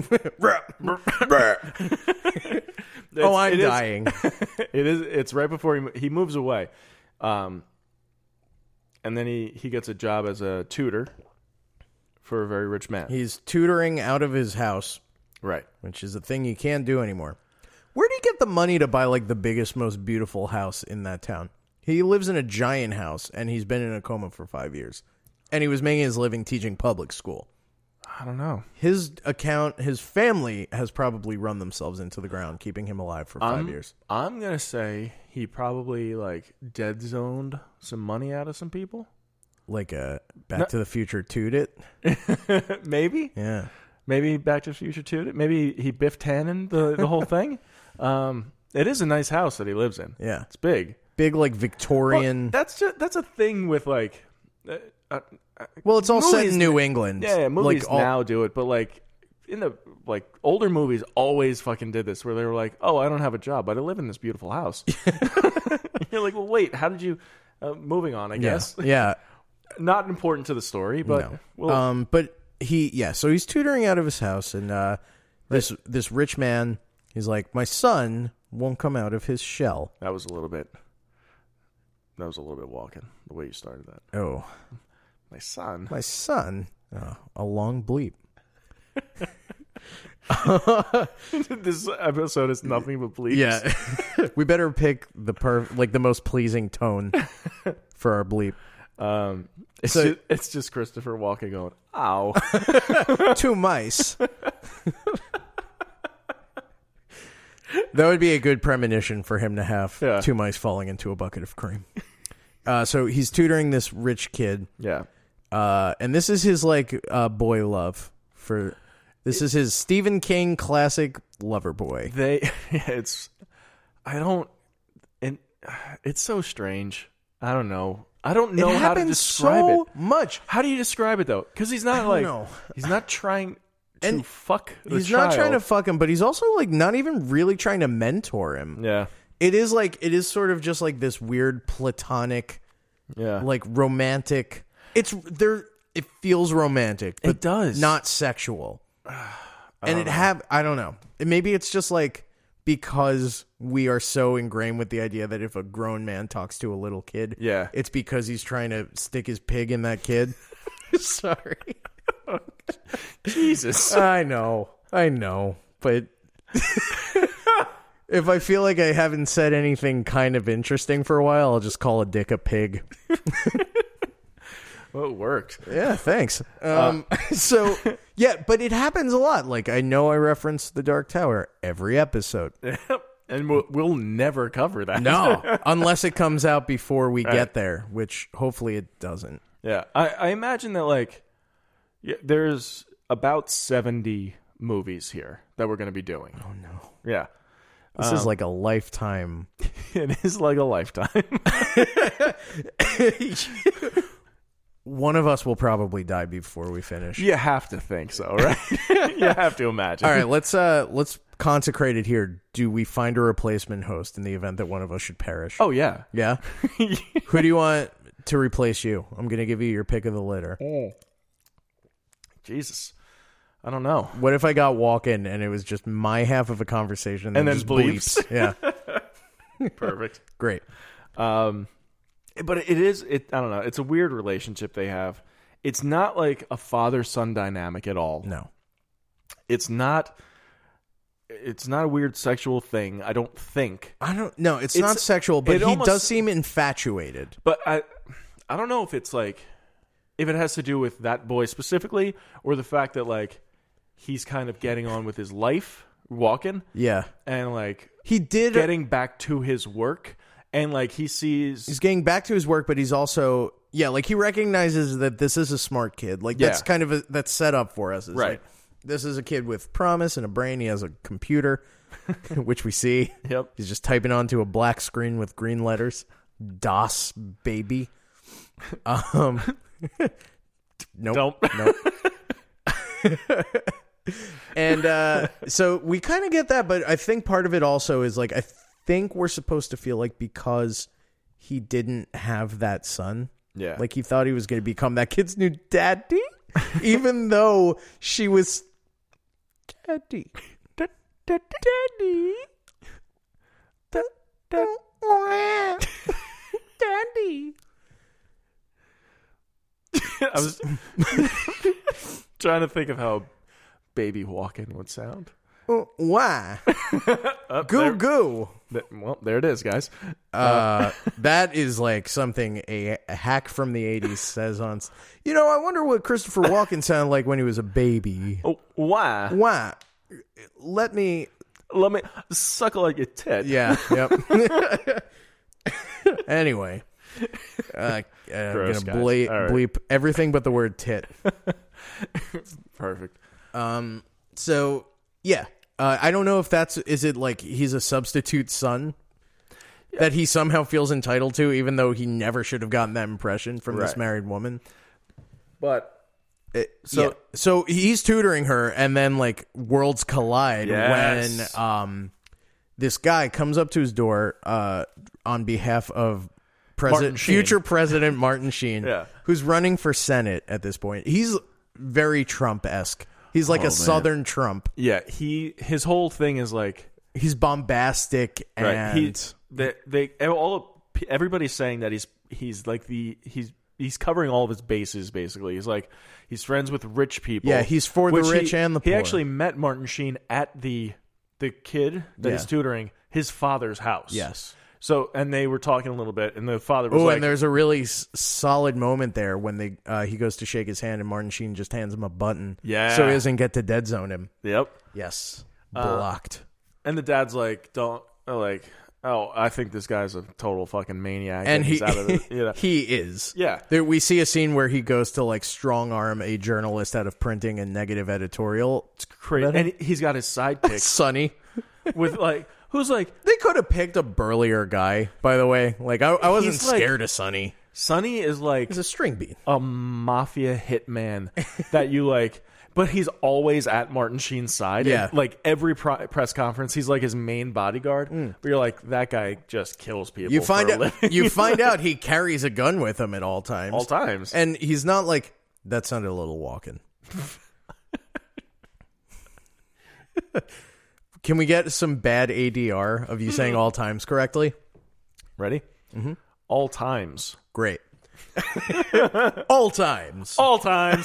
[SPEAKER 1] oh, I'm
[SPEAKER 2] it is-
[SPEAKER 1] dying.
[SPEAKER 2] <laughs> it is, it's right before he mo- he moves away, um, and then he he gets a job as a tutor for a very rich man.
[SPEAKER 1] He's tutoring out of his house,
[SPEAKER 2] right.
[SPEAKER 1] which is a thing you can't do anymore. Where do you get the money to buy like the biggest, most beautiful house in that town? He lives in a giant house, and he's been in a coma for five years, and he was making his living teaching public school.
[SPEAKER 2] I don't know.
[SPEAKER 1] His account, his family has probably run themselves into the ground, keeping him alive for
[SPEAKER 2] Um,
[SPEAKER 1] five years.
[SPEAKER 2] I'm gonna say he probably like dead zoned some money out of some people.
[SPEAKER 1] <laughs> Like a Back to the Future toot it,
[SPEAKER 2] Maybe.
[SPEAKER 1] yeah.
[SPEAKER 2] Maybe Back to the Future too. Maybe he Biff Tannen the the
[SPEAKER 1] <laughs>
[SPEAKER 2] whole thing. Um, it is a nice house that he lives in.
[SPEAKER 1] Yeah.
[SPEAKER 2] it's big.
[SPEAKER 1] Big like
[SPEAKER 2] Well,
[SPEAKER 1] Victorian. Well,
[SPEAKER 2] that's just, that's a thing with like, uh, uh,
[SPEAKER 1] it's all set
[SPEAKER 2] movies-
[SPEAKER 1] in New England.
[SPEAKER 2] yeah, yeah, movies
[SPEAKER 1] like all,
[SPEAKER 2] now do it, but like in the like older movies always fucking did this where they were like, oh, I don't have a job, but I live in this
[SPEAKER 1] <laughs>
[SPEAKER 2] beautiful house. <laughs> You're like, well, wait, how did you? Uh, moving on, I
[SPEAKER 1] Yeah,
[SPEAKER 2] guess. <laughs>
[SPEAKER 1] yeah.
[SPEAKER 2] Not important to the story, but
[SPEAKER 1] No.
[SPEAKER 2] well,
[SPEAKER 1] um, but he, yeah. So he's tutoring out of his house, and uh, this this rich man, he's like, my son won't come out of his shell.
[SPEAKER 2] that was a little bit. That was a little bit walking the way you started that.
[SPEAKER 1] Oh,
[SPEAKER 2] My son. <laughs>
[SPEAKER 1] my son, oh, a long bleep.
[SPEAKER 2] this episode is nothing but bleeps.
[SPEAKER 1] Yeah, <laughs> we better pick the per like the most pleasing tone for our bleep.
[SPEAKER 2] Um, it's,
[SPEAKER 1] So-
[SPEAKER 2] just, it's just Christopher Walken going,
[SPEAKER 1] <laughs>
[SPEAKER 2] ow.
[SPEAKER 1] Two mice. that would be a good premonition for him to have
[SPEAKER 2] Yeah.
[SPEAKER 1] two mice falling into a bucket of cream. Uh, so he's tutoring this rich kid.
[SPEAKER 2] yeah.
[SPEAKER 1] uh, and this is his like uh, boy love for this is his Stephen King classic lover boy.
[SPEAKER 2] They, <laughs> yeah, it's, I don't, and <sighs> it's so strange. I don't know. I don't know
[SPEAKER 1] it
[SPEAKER 2] how to
[SPEAKER 1] happens
[SPEAKER 2] describe
[SPEAKER 1] so
[SPEAKER 2] it.
[SPEAKER 1] much.
[SPEAKER 2] How do you describe it though? Because he's not
[SPEAKER 1] don't
[SPEAKER 2] like,
[SPEAKER 1] know.
[SPEAKER 2] he's not trying to
[SPEAKER 1] And
[SPEAKER 2] fuck the
[SPEAKER 1] He's not trying to
[SPEAKER 2] child.
[SPEAKER 1] fuck him, but he's also like not even really trying to mentor him.
[SPEAKER 2] yeah.
[SPEAKER 1] It is like it is sort of just like this weird platonic,
[SPEAKER 2] Yeah.
[SPEAKER 1] like romantic. It's there. It feels romantic. But
[SPEAKER 2] does.
[SPEAKER 1] not
[SPEAKER 2] <sighs>
[SPEAKER 1] sexual. and it have I don't know. It- Maybe it's just like because we are so ingrained with the idea that if a grown man talks to a little kid,
[SPEAKER 2] Yeah.
[SPEAKER 1] it's because he's trying to stick his pig in that kid. Sorry, <laughs>
[SPEAKER 2] Jesus.
[SPEAKER 1] I know, I know, but. <laughs> If I feel like I haven't said anything kind of interesting for a while, I'll just call a dick a pig.
[SPEAKER 2] well, it worked.
[SPEAKER 1] Yeah, thanks. Um, <laughs> so, yeah, but it happens a lot. Like, I know I reference The Dark Tower every episode.
[SPEAKER 2] And we'll, we'll never cover that.
[SPEAKER 1] No, <laughs> unless it comes out before we get there, which hopefully it doesn't.
[SPEAKER 2] Yeah, I, I imagine that like yeah, there's about seventy movies here that we're going to be doing. Oh no. Yeah. <laughs>
[SPEAKER 1] This is like a lifetime.
[SPEAKER 2] it is like a lifetime. <laughs>
[SPEAKER 1] One of us will probably die before we finish.
[SPEAKER 2] you have to think <laughs> so, right? you have to imagine.
[SPEAKER 1] All right, let's uh let's consecrate it here. Do we find a replacement host in the event that one of us should perish?
[SPEAKER 2] Oh yeah.
[SPEAKER 1] yeah.
[SPEAKER 2] <laughs>
[SPEAKER 1] Who do you want to replace you? I'm gonna give you your pick of the litter.
[SPEAKER 2] Oh. Jesus. I don't know.
[SPEAKER 1] What if I got walking and it was just my half of a conversation
[SPEAKER 2] And then
[SPEAKER 1] just
[SPEAKER 2] bleeps. <laughs>
[SPEAKER 1] Yeah,
[SPEAKER 2] <laughs> Perfect.
[SPEAKER 1] great.
[SPEAKER 2] Um, but it is it I don't know. It's a weird relationship they have. It's not like a father son dynamic at all.
[SPEAKER 1] No,
[SPEAKER 2] It's not it's not a weird sexual thing, I don't think.
[SPEAKER 1] I don't. No, it's,
[SPEAKER 2] It's-
[SPEAKER 1] not sexual, but
[SPEAKER 2] it
[SPEAKER 1] he
[SPEAKER 2] almost-
[SPEAKER 1] does seem infatuated.
[SPEAKER 2] But I I don't know if it's like if it has to do with that boy specifically or the fact that like he's kind of getting on with his life walking
[SPEAKER 1] Yeah,
[SPEAKER 2] and like
[SPEAKER 1] he did.
[SPEAKER 2] getting back to his work and like he sees
[SPEAKER 1] he's getting back to his work, but he's also yeah, like he recognizes that this is a smart kid. Like that's
[SPEAKER 2] Yeah.
[SPEAKER 1] kind of a, that's set up for us. It's
[SPEAKER 2] Right.
[SPEAKER 1] like, this is a kid with promise and a brain. He has a computer, <laughs> which we see.
[SPEAKER 2] Yep.
[SPEAKER 1] He's just typing onto a black screen with green letters. DOS baby. Um. nope.
[SPEAKER 2] <laughs> Don't.
[SPEAKER 1] Nope. <laughs> and uh, so we kind of get that, but I think part of it also is like I think we're supposed to feel like because he didn't have that son,
[SPEAKER 2] Yeah.
[SPEAKER 1] like he thought he was going to become that kid's new daddy, even though she was daddy, daddy, daddy.
[SPEAKER 2] <laughs> I was <laughs> trying to think of how baby walking would sound.
[SPEAKER 1] Why? goo goo.
[SPEAKER 2] That- well, there it is, guys.
[SPEAKER 1] Uh, that is like something a, a hack from the 80s says on. s- You know, I wonder what Christopher Walken sounded like when he was a baby.
[SPEAKER 2] Oh, why?
[SPEAKER 1] Why? Let me.
[SPEAKER 2] Let me suckle at your tit.
[SPEAKER 1] Yeah. Yep.
[SPEAKER 2] <laughs>
[SPEAKER 1] anyway. Uh, I'm
[SPEAKER 2] Gross,
[SPEAKER 1] gonna
[SPEAKER 2] guys.
[SPEAKER 1] ble-
[SPEAKER 2] All right.
[SPEAKER 1] bleep everything but the word tit.
[SPEAKER 2] Perfect.
[SPEAKER 1] So yeah, uh, I don't know if that's is it like he's a substitute son that he somehow feels entitled to, even though he never should have gotten that impression from this
[SPEAKER 2] Right.
[SPEAKER 1] married woman.
[SPEAKER 2] But
[SPEAKER 1] So
[SPEAKER 2] so
[SPEAKER 1] so he's tutoring her, and then like worlds collide
[SPEAKER 2] Yes.
[SPEAKER 1] when um this guy comes up to his door uh on behalf of.
[SPEAKER 2] Martin
[SPEAKER 1] President,
[SPEAKER 2] Sheen.
[SPEAKER 1] future President Martin Sheen,
[SPEAKER 2] Yeah.
[SPEAKER 1] who's running for Senate at this point. He's very Trump esque. He's
[SPEAKER 2] Oh,
[SPEAKER 1] like a Southern Trump.
[SPEAKER 2] yeah, he his whole thing is like
[SPEAKER 1] He's bombastic and
[SPEAKER 2] right. He they, they all everybody's saying that he's he's like the he's. He's covering all of his bases, basically. He's like, he's friends with rich people.
[SPEAKER 1] Yeah, he's for the
[SPEAKER 2] which he-
[SPEAKER 1] rich and the
[SPEAKER 2] He
[SPEAKER 1] poor.
[SPEAKER 2] actually met Martin Sheen at the the kid that he's
[SPEAKER 1] Yeah.
[SPEAKER 2] tutoring, his father's house.
[SPEAKER 1] yes.
[SPEAKER 2] So, and they were talking a little bit, and the father was
[SPEAKER 1] Oh,
[SPEAKER 2] like,
[SPEAKER 1] and there's a really s- solid moment there when they uh, he goes to shake his hand and Martin Sheen just hands him a button.
[SPEAKER 2] Yeah.
[SPEAKER 1] So he doesn't get to dead zone him.
[SPEAKER 2] "Yep."
[SPEAKER 1] Yes.
[SPEAKER 2] Uh,
[SPEAKER 1] Blocked.
[SPEAKER 2] And the dad's like, "Don't uh, like, oh, I think this guy's a total fucking maniac."
[SPEAKER 1] and he
[SPEAKER 2] he's
[SPEAKER 1] <laughs>
[SPEAKER 2] out of it, you know.
[SPEAKER 1] he is.
[SPEAKER 2] Yeah.
[SPEAKER 1] There, we see a scene where he goes to like strong arm a journalist out of printing and negative editorial. It's
[SPEAKER 2] crazy. And he- he's got
[SPEAKER 1] <laughs>
[SPEAKER 2] his sidekick
[SPEAKER 1] Sunny.
[SPEAKER 2] with like, who's like,
[SPEAKER 1] They could have picked a burlier guy, by the way. Like I, I wasn't
[SPEAKER 2] He's, like-
[SPEAKER 1] scared of Sunny.
[SPEAKER 2] Sonny is like
[SPEAKER 1] He's a string bean.
[SPEAKER 2] a mafia hitman that
[SPEAKER 1] <laughs>
[SPEAKER 2] you like. But he's always at Martin Sheen's side.
[SPEAKER 1] Yeah.
[SPEAKER 2] And, like every pri- press conference, he's like his main bodyguard. But you're like, that guy just kills people.
[SPEAKER 1] Hmm. You
[SPEAKER 2] for
[SPEAKER 1] find
[SPEAKER 2] a
[SPEAKER 1] out
[SPEAKER 2] living.
[SPEAKER 1] you
[SPEAKER 2] <laughs>
[SPEAKER 1] find out he carries a gun with him at all times.
[SPEAKER 2] all times.
[SPEAKER 1] And he's not like that sounded a little walking. Can we get some bad ADR of you
[SPEAKER 2] Mm-hmm.
[SPEAKER 1] saying all times correctly?
[SPEAKER 2] Ready? Mm-hmm. All times.
[SPEAKER 1] Great. <laughs> all times.
[SPEAKER 2] All times.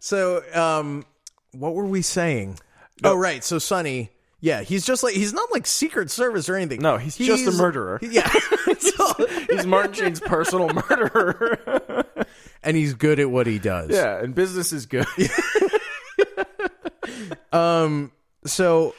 [SPEAKER 1] So, um, what were we saying? Oh, right. So Sonny, yeah, he's just like he's not like Secret Service or anything.
[SPEAKER 2] No, he's just a murderer.
[SPEAKER 1] Yeah,
[SPEAKER 2] <laughs>
[SPEAKER 1] <laughs>
[SPEAKER 2] He's Martin Sheen's personal murderer.
[SPEAKER 1] and he's good at what he does.
[SPEAKER 2] yeah, and business is <laughs> good. <laughs>
[SPEAKER 1] So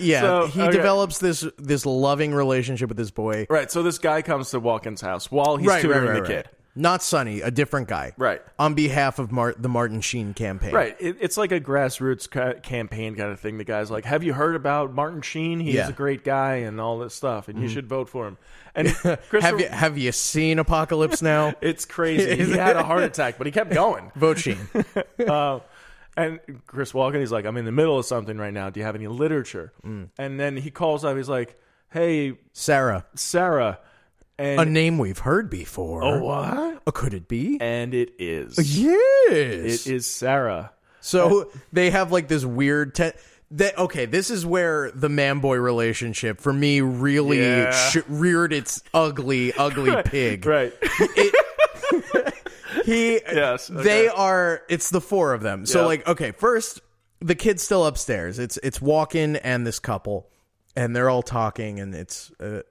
[SPEAKER 1] yeah,
[SPEAKER 2] So,
[SPEAKER 1] he
[SPEAKER 2] okay.
[SPEAKER 1] develops this this loving relationship with this boy.
[SPEAKER 2] right, so this guy comes to Walken's house while he's
[SPEAKER 1] Right,
[SPEAKER 2] tutoring
[SPEAKER 1] right, right,
[SPEAKER 2] the
[SPEAKER 1] right.
[SPEAKER 2] kid.
[SPEAKER 1] Not Sonny, a different guy.
[SPEAKER 2] Right.
[SPEAKER 1] On behalf of Mar- the Martin Sheen campaign.
[SPEAKER 2] Right. It, it's like a grassroots ca- campaign kind of thing. The guy's like, Have you heard about Martin Sheen? He's
[SPEAKER 1] Yeah. Mm-hmm.
[SPEAKER 2] a great guy and all this stuff, and you should vote for him. And
[SPEAKER 1] <laughs>
[SPEAKER 2] Christopher,
[SPEAKER 1] Have you have you seen Apocalypse Now?
[SPEAKER 2] <laughs>
[SPEAKER 1] <laughs>
[SPEAKER 2] it's crazy. He had a heart attack, but he kept going.
[SPEAKER 1] Vote Sheen.
[SPEAKER 2] And Chris Walken, he's like, I'm in the middle of something right now. Do you have any literature?
[SPEAKER 1] Mm.
[SPEAKER 2] And then he calls up. He's like, Hey,
[SPEAKER 1] Sarah.
[SPEAKER 2] Sarah. And
[SPEAKER 1] A name we've heard before.
[SPEAKER 2] Oh, what?
[SPEAKER 1] Uh, Could it be?
[SPEAKER 2] And it is.
[SPEAKER 1] Yes.
[SPEAKER 2] It is Sarah.
[SPEAKER 1] So they have like this weird te- that okay, this is where the man boy relationship for me really
[SPEAKER 2] Yeah.
[SPEAKER 1] sh- reared its ugly, ugly pig.
[SPEAKER 2] <laughs> Right.
[SPEAKER 1] He
[SPEAKER 2] Yes, okay.
[SPEAKER 1] they are it's the four of them. So
[SPEAKER 2] Yeah.
[SPEAKER 1] like okay, first the kid's still upstairs. It's it's Walken and this couple and they're all talking and it's uh,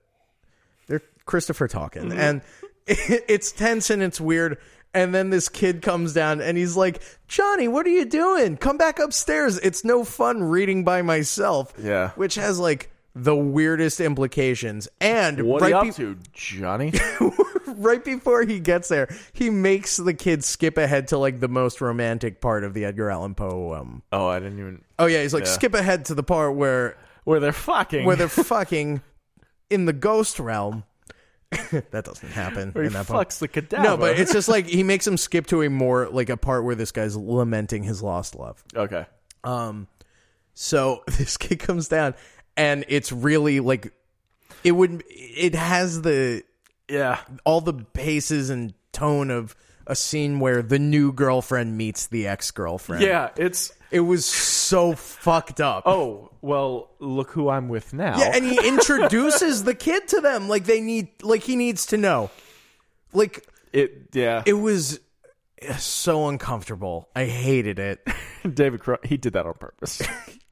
[SPEAKER 1] they're Christopher talking
[SPEAKER 2] Mm-hmm.
[SPEAKER 1] and <laughs> it, it's tense and it's weird and then this kid comes down and he's like, "Johnny, what are you doing? Come back upstairs. It's no fun reading by myself."
[SPEAKER 2] Yeah.
[SPEAKER 1] Which has like the weirdest implications and
[SPEAKER 2] What
[SPEAKER 1] right
[SPEAKER 2] are
[SPEAKER 1] be-
[SPEAKER 2] you up to,
[SPEAKER 1] <laughs>
[SPEAKER 2] Johnny?
[SPEAKER 1] right before he gets there, he makes the kid skip ahead to like the most romantic part of the Edgar Allan Poe. Um,
[SPEAKER 2] oh, I didn't even.
[SPEAKER 1] oh yeah, he's like
[SPEAKER 2] Yeah.
[SPEAKER 1] skip ahead to the part where
[SPEAKER 2] Where they're fucking.
[SPEAKER 1] where <laughs> they're fucking in the ghost realm. <laughs> that doesn't happen
[SPEAKER 2] Where he
[SPEAKER 1] in that poem.
[SPEAKER 2] fucks the cadaver.
[SPEAKER 1] No, but it's just like he makes him skip to a more like a part where this guy's lamenting his lost love.
[SPEAKER 2] Okay.
[SPEAKER 1] So <laughs> this kid comes down, and it's really like it would. It has the
[SPEAKER 2] Yeah.
[SPEAKER 1] all the paces and tone of a scene where the new girlfriend meets the ex girlfriend.
[SPEAKER 2] Yeah. It's.
[SPEAKER 1] It was so fucked up.
[SPEAKER 2] Oh, well, look who I'm with now.
[SPEAKER 1] Yeah, and he introduces the kid to them. Like they need like he needs to know. Like
[SPEAKER 2] it, yeah.
[SPEAKER 1] it was so uncomfortable. I hated it.
[SPEAKER 2] David Cro- he did that on purpose.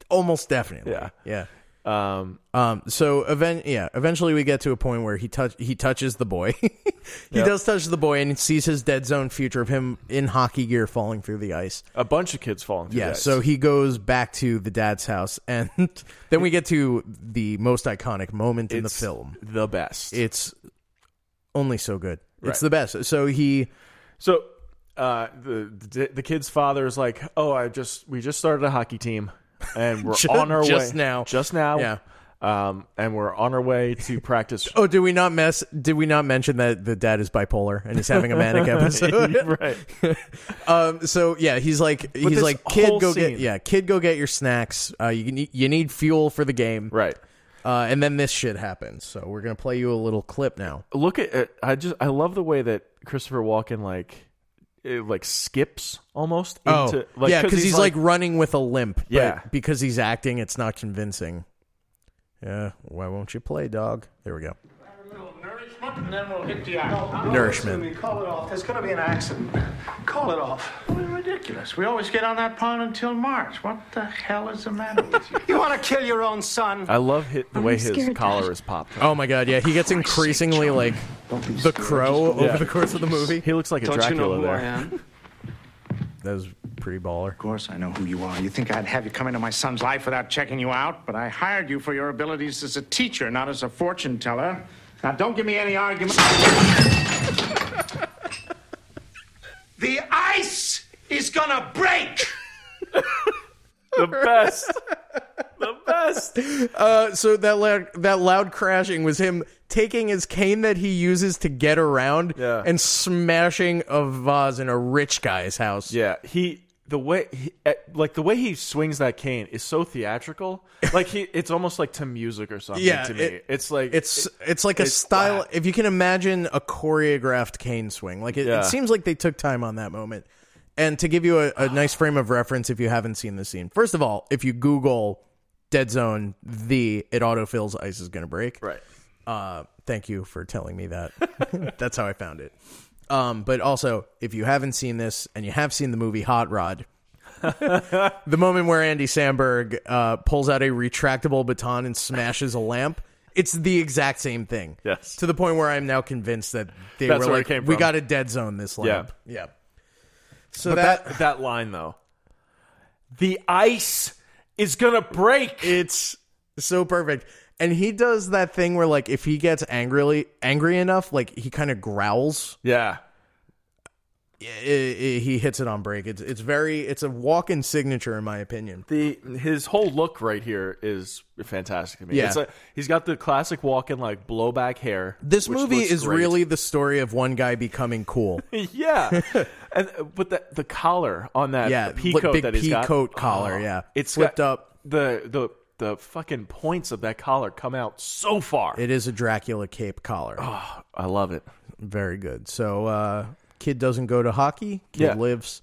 [SPEAKER 1] Almost definitely.
[SPEAKER 2] Yeah.
[SPEAKER 1] Yeah.
[SPEAKER 2] Um,
[SPEAKER 1] Um, so even yeah, eventually we get to a point where he touch he touches the boy. <laughs> he does touch the boy and sees his dead zone future of him in hockey gear falling through the ice.
[SPEAKER 2] a bunch of kids falling through
[SPEAKER 1] Yeah,
[SPEAKER 2] the ice.
[SPEAKER 1] so he goes back to the dad's house, and <laughs> then we get to the most iconic moment in the
[SPEAKER 2] It's
[SPEAKER 1] film.
[SPEAKER 2] The best.
[SPEAKER 1] It's only so good.
[SPEAKER 2] Right.
[SPEAKER 1] It's the best. So he,
[SPEAKER 2] So uh, the, the the kid's father is like, "Oh, I just we just started a hockey team,
[SPEAKER 1] <laughs>
[SPEAKER 2] and we're
[SPEAKER 1] Ju-
[SPEAKER 2] on our way
[SPEAKER 1] just now.
[SPEAKER 2] just now,
[SPEAKER 1] Yeah.
[SPEAKER 2] um, and we're on our way to
[SPEAKER 1] <laughs>
[SPEAKER 2] practice."
[SPEAKER 1] oh, did we not mess? Did we not mention that the dad is bipolar and is having a
[SPEAKER 2] <laughs>
[SPEAKER 1] manic episode?
[SPEAKER 2] right?
[SPEAKER 1] um, so yeah, he's like, he's
[SPEAKER 2] this
[SPEAKER 1] like, kid,
[SPEAKER 2] whole
[SPEAKER 1] go
[SPEAKER 2] scene-
[SPEAKER 1] get yeah, kid, go get your snacks. Uh, you need you need fuel for the game,
[SPEAKER 2] <laughs> Right.
[SPEAKER 1] Uh, and then this shit happens. So we're gonna play you a little clip now.
[SPEAKER 2] Look at it. I just I love the way that Christopher Walken like it, like skips almost. into, like,
[SPEAKER 1] Oh, yeah, because he's, like, running with a limp. But
[SPEAKER 2] Yeah.
[SPEAKER 1] because he's acting, it's not convincing. Yeah, why won't you play, dog? There we go.
[SPEAKER 9] Nourishment, and then we'll hit the ice.
[SPEAKER 1] Nourishment.
[SPEAKER 5] Call it off. There's going to be an accident. Call it off.
[SPEAKER 9] We're ridiculous. We always get on that pond until March. What the hell is the matter with <laughs> you?
[SPEAKER 5] You want to kill your own son?
[SPEAKER 2] I love hit, the way his
[SPEAKER 7] scared,
[SPEAKER 2] collar
[SPEAKER 7] Dad.
[SPEAKER 2] is popped.
[SPEAKER 1] Oh my god, yeah, he <laughs> gets increasingly like the crow over
[SPEAKER 2] Yeah.
[SPEAKER 1] the course of the movie.
[SPEAKER 2] He looks like a
[SPEAKER 5] Don't you
[SPEAKER 2] Dracula
[SPEAKER 5] know who
[SPEAKER 2] there.
[SPEAKER 5] I am? Of
[SPEAKER 1] That was pretty baller.
[SPEAKER 9] course, I know who you are. You think I'd have you come into my son's life without checking you out? But I hired you for your abilities as a teacher, not as a fortune teller. Now, don't give me any argument.
[SPEAKER 5] The ice is going to break.
[SPEAKER 2] <laughs> The best. the best.
[SPEAKER 1] Uh, so that loud, that loud crashing was him taking his cane that he uses to get around
[SPEAKER 2] Yeah.
[SPEAKER 1] and smashing a vase in a rich guy's house.
[SPEAKER 2] Yeah, he the way he, eh, like the way he swings that cane is so theatrical. Like he, it's almost like to music or something.
[SPEAKER 1] Yeah,
[SPEAKER 2] to me,
[SPEAKER 1] it-
[SPEAKER 2] it's like
[SPEAKER 1] It's
[SPEAKER 2] it-
[SPEAKER 1] it's like a
[SPEAKER 2] it's
[SPEAKER 1] style.
[SPEAKER 2] whack.
[SPEAKER 1] If you can imagine a choreographed cane swing, like it,
[SPEAKER 2] Yeah.
[SPEAKER 1] it seems like they took time on that moment. And to give you a, a nice frame of reference, if you haven't seen this scene, first of all, if you Google "dead zone," the it autofills ice is going to break.
[SPEAKER 2] right.
[SPEAKER 1] Uh, thank you for telling me that. <laughs> That's how I found it. Um, but also, if you haven't seen this and you have seen the movie Hot Rod, <laughs> the moment where Andy Samberg uh, pulls out a retractable baton and smashes a lamp, it's the exact same thing.
[SPEAKER 2] Yes.
[SPEAKER 1] To the point where I'm now convinced that they
[SPEAKER 2] That's
[SPEAKER 1] were
[SPEAKER 2] where it
[SPEAKER 1] like,
[SPEAKER 2] came
[SPEAKER 1] we
[SPEAKER 2] from."
[SPEAKER 1] got to dead zone this lamp. Yeah. So that,
[SPEAKER 2] That that line though, the ice is gonna break.
[SPEAKER 1] it's so perfect. And he does that thing where like if he gets angrily angry enough, like he kind of growls
[SPEAKER 2] Yeah,
[SPEAKER 1] i- i- he hits it on break. It's it's very it's a walk in signature in my opinion.
[SPEAKER 2] The his whole look right here is fantastic to me.
[SPEAKER 1] Yeah.
[SPEAKER 2] It's a, he's got the classic walking like blowback hair.
[SPEAKER 1] This
[SPEAKER 2] which
[SPEAKER 1] movie
[SPEAKER 2] looks
[SPEAKER 1] is
[SPEAKER 2] great.
[SPEAKER 1] really the story of one guy becoming <laughs> cool.
[SPEAKER 2] <laughs> yeah. and but the the collar on that
[SPEAKER 1] Yeah,
[SPEAKER 2] the pea
[SPEAKER 1] like
[SPEAKER 2] coat
[SPEAKER 1] big
[SPEAKER 2] that he's
[SPEAKER 1] pea
[SPEAKER 2] got, oh,
[SPEAKER 1] coat collar, yeah.
[SPEAKER 2] it's
[SPEAKER 1] Flipped
[SPEAKER 2] got-
[SPEAKER 1] up.
[SPEAKER 2] The the the fucking points of that collar come out so far.
[SPEAKER 1] it is a Dracula cape collar.
[SPEAKER 2] I love it.
[SPEAKER 1] Very good. So uh kid doesn't go to hockey, kid
[SPEAKER 2] Yeah.
[SPEAKER 1] lives.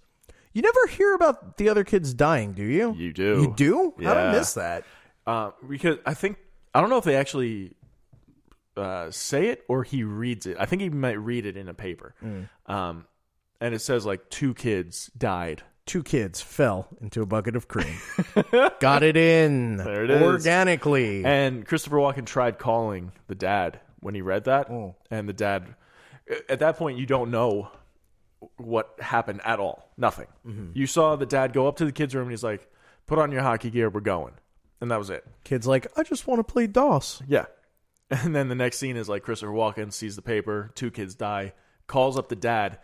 [SPEAKER 1] You never hear about the other kids dying, do you?
[SPEAKER 2] You do.
[SPEAKER 1] You do? How'd I
[SPEAKER 2] Yeah.
[SPEAKER 1] miss that?
[SPEAKER 2] Uh, because I think I don't know if they actually uh, say it or he reads it. I think he might read it in a paper.
[SPEAKER 1] Mm.
[SPEAKER 2] Um, and it says like two kids died.
[SPEAKER 1] Two kids fell into a bucket of
[SPEAKER 2] <laughs>
[SPEAKER 1] cream. Got it in.
[SPEAKER 2] There it is.
[SPEAKER 1] Organically.
[SPEAKER 2] And Christopher Walken tried calling the dad when he read that, and the dad. At that point, you don't know what happened at all. Nothing. You saw the dad go up to the kids' room and he's like, "Put on your hockey gear, we're going," and that was it.
[SPEAKER 1] Kid's like, I just want to play DOS.
[SPEAKER 2] Yeah. <laughs> And then the next scene is like Christopher Walken sees the paper, two kids die, calls up the dad.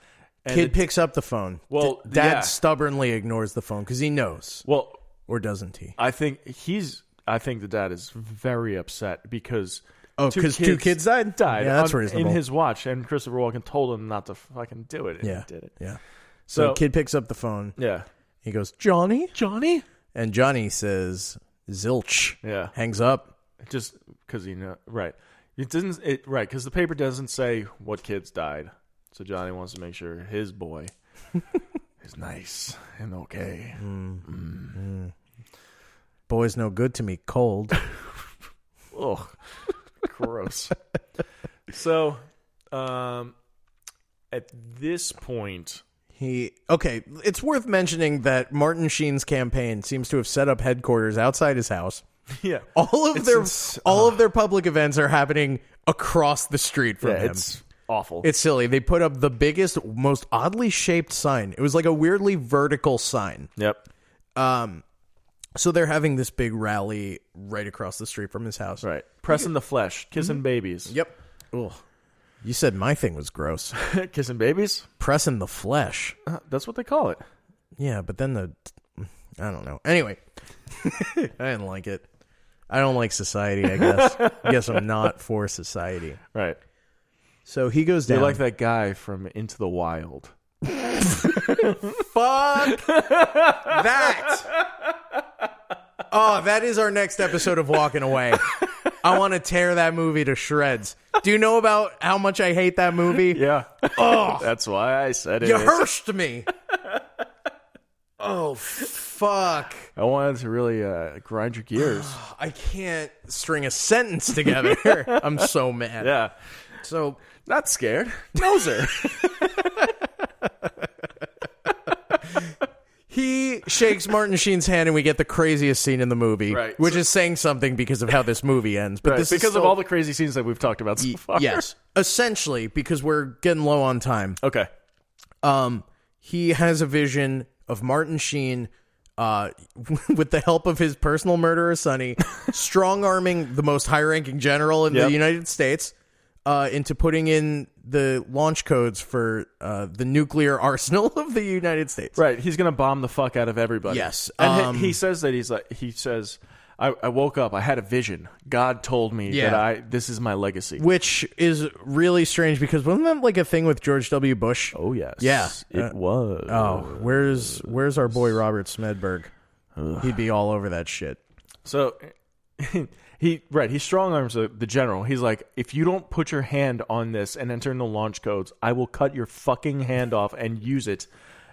[SPEAKER 2] And
[SPEAKER 1] Kid
[SPEAKER 2] the-
[SPEAKER 1] picks up the phone.
[SPEAKER 2] Well,
[SPEAKER 1] D- dad
[SPEAKER 2] yeah.
[SPEAKER 1] stubbornly ignores the phone because he knows,
[SPEAKER 2] well,
[SPEAKER 1] or doesn't he?
[SPEAKER 2] I think he's. I think the dad is very upset because
[SPEAKER 1] Oh,
[SPEAKER 2] two
[SPEAKER 1] 'cause two kids died?
[SPEAKER 2] Died.
[SPEAKER 1] Yeah, that's
[SPEAKER 2] on-
[SPEAKER 1] reasonable.
[SPEAKER 2] In his watch, and Christopher Walken told him not to fucking do it. And
[SPEAKER 1] Yeah,
[SPEAKER 2] he did it.
[SPEAKER 1] yeah. So,
[SPEAKER 2] So,
[SPEAKER 1] kid picks up the phone.
[SPEAKER 2] yeah,
[SPEAKER 1] He goes, Johnny,
[SPEAKER 2] Johnny,
[SPEAKER 1] and Johnny says, "Zilch."
[SPEAKER 2] Yeah.
[SPEAKER 1] hangs up.
[SPEAKER 2] just because you know, right? It doesn't. It right because the paper doesn't say what kids died. So Johnny wants to make sure
[SPEAKER 1] <laughs>
[SPEAKER 2] his boy is nice and okay.
[SPEAKER 1] Mm. Boy's no good to me.
[SPEAKER 2] <laughs>
[SPEAKER 1] Cold.
[SPEAKER 2] Ugh, gross. so, um, at this point, <laughs>
[SPEAKER 1] He okay. It's worth mentioning that Martin Sheen's campaign seems to have set up headquarters outside his house.
[SPEAKER 2] yeah,
[SPEAKER 1] All of
[SPEAKER 2] It's
[SPEAKER 1] their
[SPEAKER 2] ins- uh.
[SPEAKER 1] all of their public events are happening across the street from
[SPEAKER 2] yeah,
[SPEAKER 1] him.
[SPEAKER 2] it's awful.
[SPEAKER 1] It's silly. They put up the biggest, most oddly shaped sign. It was like a weirdly vertical sign.
[SPEAKER 2] yep,
[SPEAKER 1] So they're having this big rally right across the street from his house.
[SPEAKER 2] right. Pressing the flesh, kissing
[SPEAKER 1] Mm-hmm.
[SPEAKER 2] babies,
[SPEAKER 1] Yep. Ugh. You said my thing was
[SPEAKER 2] <laughs>
[SPEAKER 1] gross.
[SPEAKER 2] kissing babies.
[SPEAKER 1] Pressing the flesh.
[SPEAKER 2] Uh, That's what they call it.
[SPEAKER 1] Yeah, but then the I don't know. Anyway, <laughs> I didn't like it. I don't like society. I
[SPEAKER 2] <laughs>
[SPEAKER 1] guess. guess I'm not for society.
[SPEAKER 2] Right.
[SPEAKER 1] So he goes
[SPEAKER 2] They
[SPEAKER 1] down.
[SPEAKER 2] like that guy from Into the Wild.
[SPEAKER 1] Fuck
[SPEAKER 2] <laughs>
[SPEAKER 1] that. Oh, that is our next episode of Walking Away. I want to tear that movie to shreds. Do you know about how much I hate that movie?
[SPEAKER 2] <laughs> Yeah. Oh, that's why I said it.
[SPEAKER 1] You hearsed me. Oh fuck.
[SPEAKER 2] I wanted to really uh, grind your gears.
[SPEAKER 1] <sighs> I can't string a sentence together.
[SPEAKER 2] <laughs>
[SPEAKER 1] I'm so mad.
[SPEAKER 2] yeah.
[SPEAKER 1] So
[SPEAKER 2] Not scared. <laughs> Noser.
[SPEAKER 1] he shakes Martin Sheen's hand, and we get the craziest scene in the movie,
[SPEAKER 2] Right.
[SPEAKER 1] which is saying something because of how this movie ends. But
[SPEAKER 2] Right,
[SPEAKER 1] this is
[SPEAKER 2] because of
[SPEAKER 1] so-
[SPEAKER 2] all the crazy scenes that we've talked about so <laughs> far.
[SPEAKER 1] yes, essentially because we're getting low on time.
[SPEAKER 2] Okay.
[SPEAKER 1] Um, he has a vision of Martin Sheen. Uh, <laughs> with the help of his personal murderer
[SPEAKER 2] <laughs>
[SPEAKER 1] Sonny, strong arming the most high ranking general in
[SPEAKER 2] Yep.
[SPEAKER 1] the United States uh, into putting in the launch codes for uh, the nuclear <laughs> arsenal of the United States.
[SPEAKER 2] Right, he's gonna bomb the fuck out of everybody.
[SPEAKER 1] Yes,
[SPEAKER 2] and he-
[SPEAKER 1] um,
[SPEAKER 2] he, says that he's like he says, I, "I woke up, I had a vision. God told me
[SPEAKER 1] Yeah.
[SPEAKER 2] that I this is my legacy."
[SPEAKER 1] which is really strange because wasn't that like a thing with George W. Bush?
[SPEAKER 2] oh yes,
[SPEAKER 1] yeah. Uh,
[SPEAKER 2] it was.
[SPEAKER 1] Oh, where's where's our boy Robert Smedberg? He'd be all over that shit.
[SPEAKER 2] so <laughs> he right he strong arms uh, the, the general. He's like, "If you don't put your hand on this and enter in the launch codes, I will cut your fucking hand off and use it."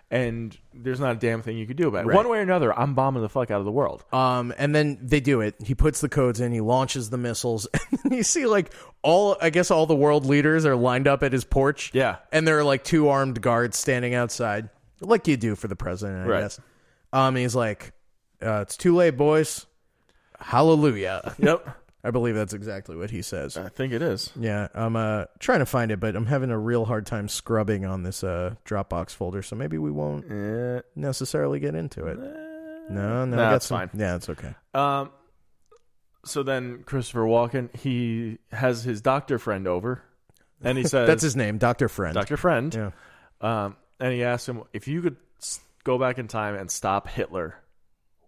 [SPEAKER 2] And there's not a damn thing you could do about it. One way or another, I'm bombing the fuck out of the world.
[SPEAKER 1] Um, and then they do it. He puts the codes in. He launches the missiles, <laughs> and then you see like all I guess all the world leaders are lined up at his porch.
[SPEAKER 2] Yeah.
[SPEAKER 1] and there are like two armed guards standing outside, like you do for the president, I
[SPEAKER 2] Right.
[SPEAKER 1] guess. Um, he's like, uh, "It's too late, boys. Hallelujah."
[SPEAKER 2] yep,
[SPEAKER 1] I believe that's exactly what he says.
[SPEAKER 2] I think it is.
[SPEAKER 1] Yeah, I'm uh, trying to find it, but I'm having a real hard time scrubbing on this uh, Dropbox folder, so maybe we won't necessarily get into it. No, no, I got
[SPEAKER 2] Eh. it's
[SPEAKER 1] some-
[SPEAKER 2] fine.
[SPEAKER 1] Yeah, it's okay.
[SPEAKER 2] Um, so then Christopher Walken, he has his doctor friend over, and he says, <laughs>
[SPEAKER 1] That's his name, Doctor Friend.
[SPEAKER 2] doctor friend."
[SPEAKER 1] Yeah.
[SPEAKER 2] Um, and he asked him if you could s- go back in time and stop Hitler,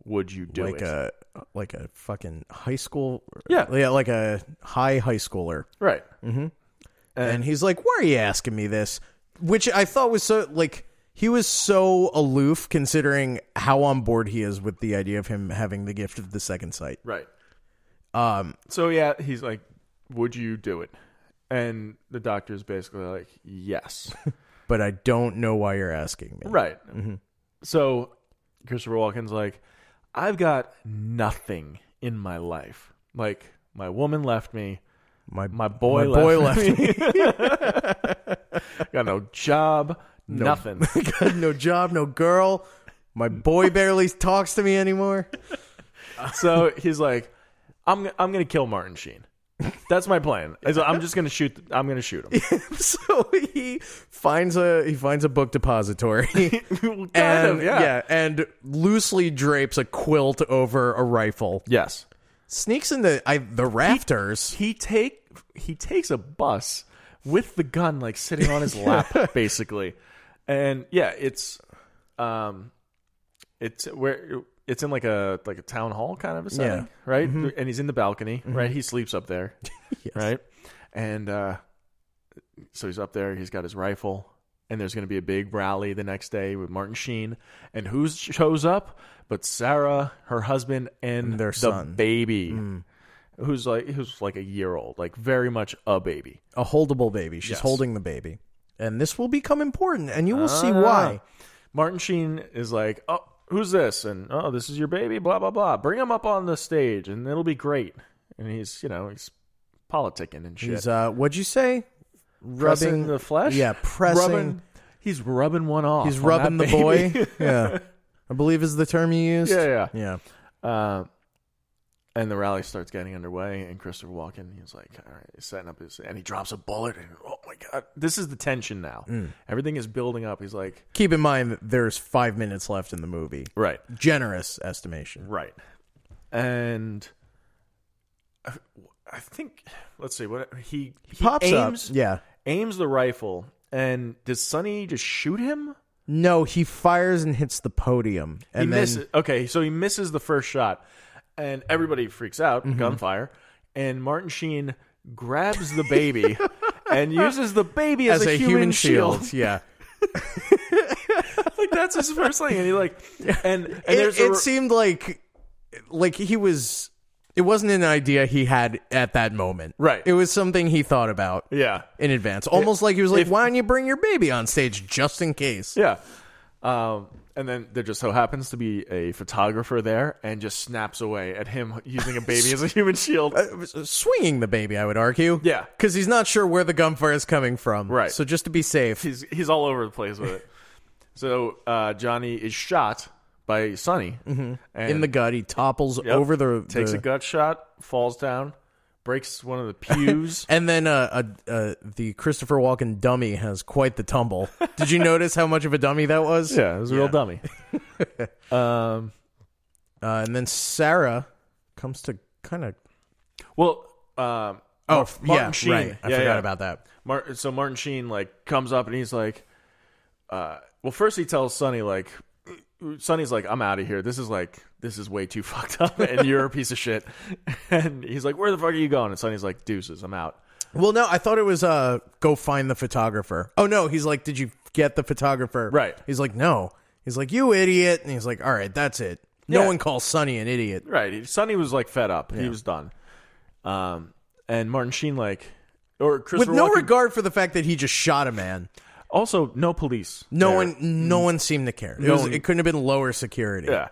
[SPEAKER 2] would you do
[SPEAKER 1] like
[SPEAKER 2] it?
[SPEAKER 1] a like a fucking high school
[SPEAKER 2] Yeah.
[SPEAKER 1] yeah like a high high schooler
[SPEAKER 2] right.
[SPEAKER 1] Mm. and he's like why are you asking me this which i thought was so like he was so aloof considering how on board he is with the idea of him having the gift of the second sight
[SPEAKER 2] Right. Um. So yeah, he's like, "Would you do it?" And the doctor's basically like,
[SPEAKER 1] <laughs>
[SPEAKER 2] "Yes."
[SPEAKER 1] but i don't know why you're asking me
[SPEAKER 2] right. So Christopher Walken's like, "I've got nothing in my life. Like my woman left me.
[SPEAKER 1] my
[SPEAKER 2] My boy
[SPEAKER 1] my boy
[SPEAKER 2] left
[SPEAKER 1] left me
[SPEAKER 2] <laughs> Got no
[SPEAKER 1] <laughs>
[SPEAKER 2] job. Nothing."
[SPEAKER 1] Got <laughs> no job no girl my boy barely talks to me anymore
[SPEAKER 2] so he's like, "I'm I'm gonna kill Martin Sheen." That's my plan. He's like, I'm just gonna shoot. I'm gonna shoot <laughs> him.
[SPEAKER 1] <laughs> so he finds a he finds a book <laughs> depository
[SPEAKER 2] Kind
[SPEAKER 1] and
[SPEAKER 2] of, yeah.
[SPEAKER 1] and loosely drapes a quilt over a rifle.
[SPEAKER 2] Yes.
[SPEAKER 1] Sneaks into I, the rafters.
[SPEAKER 2] he take he takes a bus with the gun like sitting on his <laughs> lap basically and yeah it's um it's where it's in like a like a town hall kind of a setting
[SPEAKER 1] Yeah.
[SPEAKER 2] right and he's in the balcony right he sleeps up <laughs> there right and uh so he's up there he's got his rifle and there's going to be a big rally the next day with Martin Sheen and who shows up but Sarah her husband and,
[SPEAKER 1] And their
[SPEAKER 2] the
[SPEAKER 1] son. Mm.
[SPEAKER 2] baby who's like who's like a year old, like very much a baby.
[SPEAKER 1] a holdable baby. She's
[SPEAKER 2] Yes.
[SPEAKER 1] holding the baby. And this will become important, and you will see why.
[SPEAKER 2] Martin Sheen is like, "Oh, who's this?" and "Oh, this is your baby." Blah blah blah. Bring him up on the stage, and it'll be great. And he's you know he's politicking and shit.
[SPEAKER 1] He's uh, what'd you say? Rubbing
[SPEAKER 2] pressing the flesh.
[SPEAKER 1] Yeah, pressing.
[SPEAKER 2] Rubbing, he's rubbing one off.
[SPEAKER 1] he's
[SPEAKER 2] on
[SPEAKER 1] rubbing the
[SPEAKER 2] that
[SPEAKER 1] <laughs>
[SPEAKER 2] baby.
[SPEAKER 1] boy. yeah, I believe is the term you used.
[SPEAKER 2] Yeah, yeah.
[SPEAKER 1] yeah.
[SPEAKER 2] Uh, and the rally starts getting underway, and Christopher Walken, he's like, all right, he's setting up his, and he drops a bullet, and oh my god, this is the tension now.
[SPEAKER 1] Mm.
[SPEAKER 2] Everything is building up. He's like,
[SPEAKER 1] Keep in mind that there's five minutes left in the movie.
[SPEAKER 2] right,
[SPEAKER 1] Generous estimation.
[SPEAKER 2] Right. And I- I think let's see what he, he
[SPEAKER 1] Pops
[SPEAKER 2] aims
[SPEAKER 1] up. Yeah.
[SPEAKER 2] aims the rifle and does Sonny just shoot him?
[SPEAKER 1] No, he fires and hits the podium, and
[SPEAKER 2] He
[SPEAKER 1] then
[SPEAKER 2] misses. Okay, so he misses the first shot, and everybody freaks out.
[SPEAKER 1] Mm-hmm.
[SPEAKER 2] Gunfire, and Martin Sheen grabs the
[SPEAKER 1] <laughs>
[SPEAKER 2] baby and uses the baby as,
[SPEAKER 1] as a, human, shield. <laughs> Yeah.
[SPEAKER 2] <laughs> like that's his first thing, and
[SPEAKER 1] <laughs>
[SPEAKER 2] he like and and
[SPEAKER 1] it,
[SPEAKER 2] there's a
[SPEAKER 1] it
[SPEAKER 2] re-
[SPEAKER 1] seemed like like he was it wasn't an idea he had at that moment
[SPEAKER 2] Right.
[SPEAKER 1] it was something he thought about
[SPEAKER 2] yeah
[SPEAKER 1] in advance almost like he was like
[SPEAKER 2] if-
[SPEAKER 1] why don't you bring your baby on stage just in case
[SPEAKER 2] Yeah. Um, and then there just so happens to be a photographer there and just snaps away at him using a baby as a
[SPEAKER 1] <laughs>
[SPEAKER 2] human shield.
[SPEAKER 1] Uh, swinging the baby i would argue
[SPEAKER 2] Yeah.
[SPEAKER 1] because he's not sure where the gunfire is coming from
[SPEAKER 2] Right.
[SPEAKER 1] so just to be safe
[SPEAKER 2] He's he's all over the place with it. So uh, Johnny is shot by Sonny and
[SPEAKER 1] Mm-hmm. in the gut he topples
[SPEAKER 2] yep,
[SPEAKER 1] over the
[SPEAKER 2] takes
[SPEAKER 1] the,
[SPEAKER 2] a gut shot, falls down, breaks one of the
[SPEAKER 1] <laughs>
[SPEAKER 2] pews.
[SPEAKER 1] and then uh, uh, uh, the Christopher Walken dummy has quite the tumble.
[SPEAKER 2] <laughs>
[SPEAKER 1] Did you notice how much of a dummy that was?
[SPEAKER 2] yeah, it was a real dummy.
[SPEAKER 1] Uh, and then Sarah comes to kind of
[SPEAKER 2] Well, um,
[SPEAKER 1] Oh,
[SPEAKER 2] Mar-
[SPEAKER 1] f-
[SPEAKER 2] Martin
[SPEAKER 1] yeah,
[SPEAKER 2] Sheen.
[SPEAKER 1] right. I
[SPEAKER 2] Yeah,
[SPEAKER 1] forgot
[SPEAKER 2] yeah.
[SPEAKER 1] about that.
[SPEAKER 2] Mar- so Martin Sheen like comes up and he's like, uh, well, first he tells Sonny like, Sonny's like, I'm out of here. This is like, this is way too <laughs> fucked up, and you're a piece of shit. <laughs> And he's like, where the fuck are you going? And Sonny's like, deuces, I'm out.
[SPEAKER 1] Well, no, I thought it was uh, go find the photographer. Oh no, he's like, did you get the photographer?
[SPEAKER 2] Right.
[SPEAKER 1] He's like, no. He's like, you idiot. And he's like, all right, that's it. No
[SPEAKER 2] Yeah.
[SPEAKER 1] one calls Sonny an idiot.
[SPEAKER 2] Right. He- Sonny was like fed up. He was done. Um, and Martin Sheen like, or Chris
[SPEAKER 1] With no regard for the fact that he just shot a man,
[SPEAKER 2] Also, no police.
[SPEAKER 1] no
[SPEAKER 2] there.
[SPEAKER 1] one, no one seemed to care. It,
[SPEAKER 2] No
[SPEAKER 1] was,
[SPEAKER 2] one-
[SPEAKER 1] it couldn't have been lower security.
[SPEAKER 2] Yeah.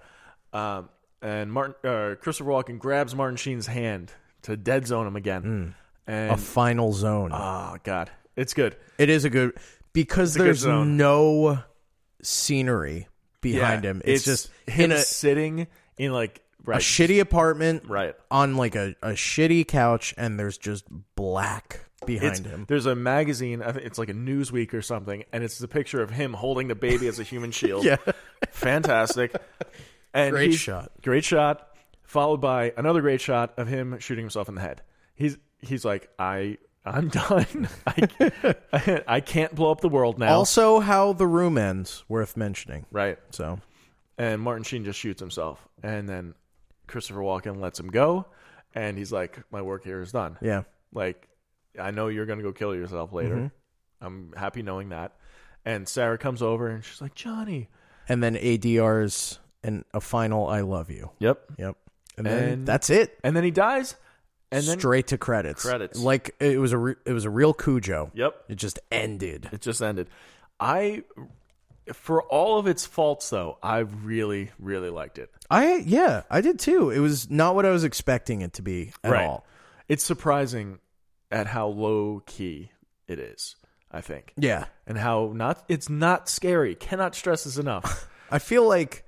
[SPEAKER 2] Um, and Martin, uh, Christopher Walken grabs Martin Sheen's hand to dead zone him again. And
[SPEAKER 1] Hmm. A final zone.
[SPEAKER 2] Oh God, it's good.
[SPEAKER 1] it is a good because
[SPEAKER 2] good
[SPEAKER 1] there's
[SPEAKER 2] zone.
[SPEAKER 1] no scenery behind him. It's, just in
[SPEAKER 2] him
[SPEAKER 1] a,
[SPEAKER 2] sitting in like
[SPEAKER 1] a
[SPEAKER 2] right,
[SPEAKER 1] shitty apartment
[SPEAKER 2] right.
[SPEAKER 1] on like a, a shitty couch and there's just black behind
[SPEAKER 2] It's,
[SPEAKER 1] him
[SPEAKER 2] there's a magazine. I think it's like a Newsweek or something, and it's the picture of him holding the baby as a human
[SPEAKER 1] <laughs>
[SPEAKER 2] shield.
[SPEAKER 1] Yeah.
[SPEAKER 2] fantastic. And
[SPEAKER 1] Great
[SPEAKER 2] he's-
[SPEAKER 1] shot.
[SPEAKER 2] Great shot. Followed by another great shot of him shooting himself in the head. He's he's like I. I'm done. <laughs> I, I, <laughs> I can't blow up the world now.
[SPEAKER 1] Also, how the room ends, worth mentioning.
[SPEAKER 2] right.
[SPEAKER 1] So,
[SPEAKER 2] And Martin Sheen just shoots himself. And then Christopher Walken lets him go. And he's like, My work here is done.
[SPEAKER 1] yeah.
[SPEAKER 2] Like, I know you're going to go kill yourself later.
[SPEAKER 1] Mm-hmm.
[SPEAKER 2] I'm happy knowing that. And Sarah comes over and she's like, Johnny.
[SPEAKER 1] And then ADR's and a final I love you.
[SPEAKER 2] Yep.
[SPEAKER 1] Yep. And then
[SPEAKER 2] And-
[SPEAKER 1] that's it.
[SPEAKER 2] And then he dies. And then
[SPEAKER 1] Straight to credits.
[SPEAKER 2] Credits.
[SPEAKER 1] Like it was a re- it was a real Cujo.
[SPEAKER 2] Yep.
[SPEAKER 1] It just ended.
[SPEAKER 2] It just ended. I, for all of its faults, though, I really, really liked it.
[SPEAKER 1] I yeah, I did too. It was not what I was expecting it to be at all.
[SPEAKER 2] It's surprising at how low key it is, I think.
[SPEAKER 1] Yeah.
[SPEAKER 2] And how not, it's not scary. Cannot stress
[SPEAKER 1] <laughs>
[SPEAKER 2] this enough.
[SPEAKER 1] I feel like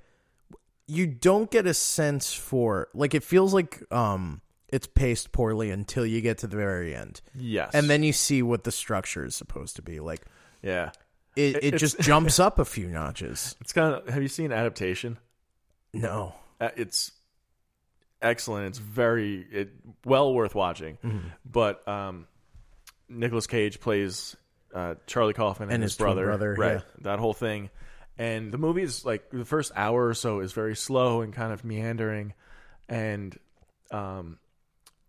[SPEAKER 1] you don't get a sense for like it feels like um it's paced poorly until you get to the very end.
[SPEAKER 2] yes.
[SPEAKER 1] And then you see what the structure is supposed to be. Like
[SPEAKER 2] yeah.
[SPEAKER 1] it, it,
[SPEAKER 2] It's-
[SPEAKER 1] just jumps up a few notches.
[SPEAKER 2] It's kind of, have you seen Adaptation?
[SPEAKER 1] No.
[SPEAKER 2] Uh, It's excellent. It's very, it, well worth watching.
[SPEAKER 1] Mm-hmm.
[SPEAKER 2] But, um, Nicolas Cage plays uh, Charlie Kaufman and,
[SPEAKER 1] And his twin
[SPEAKER 2] brother,
[SPEAKER 1] brother,
[SPEAKER 2] right?
[SPEAKER 1] yeah.
[SPEAKER 2] That whole thing, and the movie is like the first hour or so is very slow and kind of meandering, and um,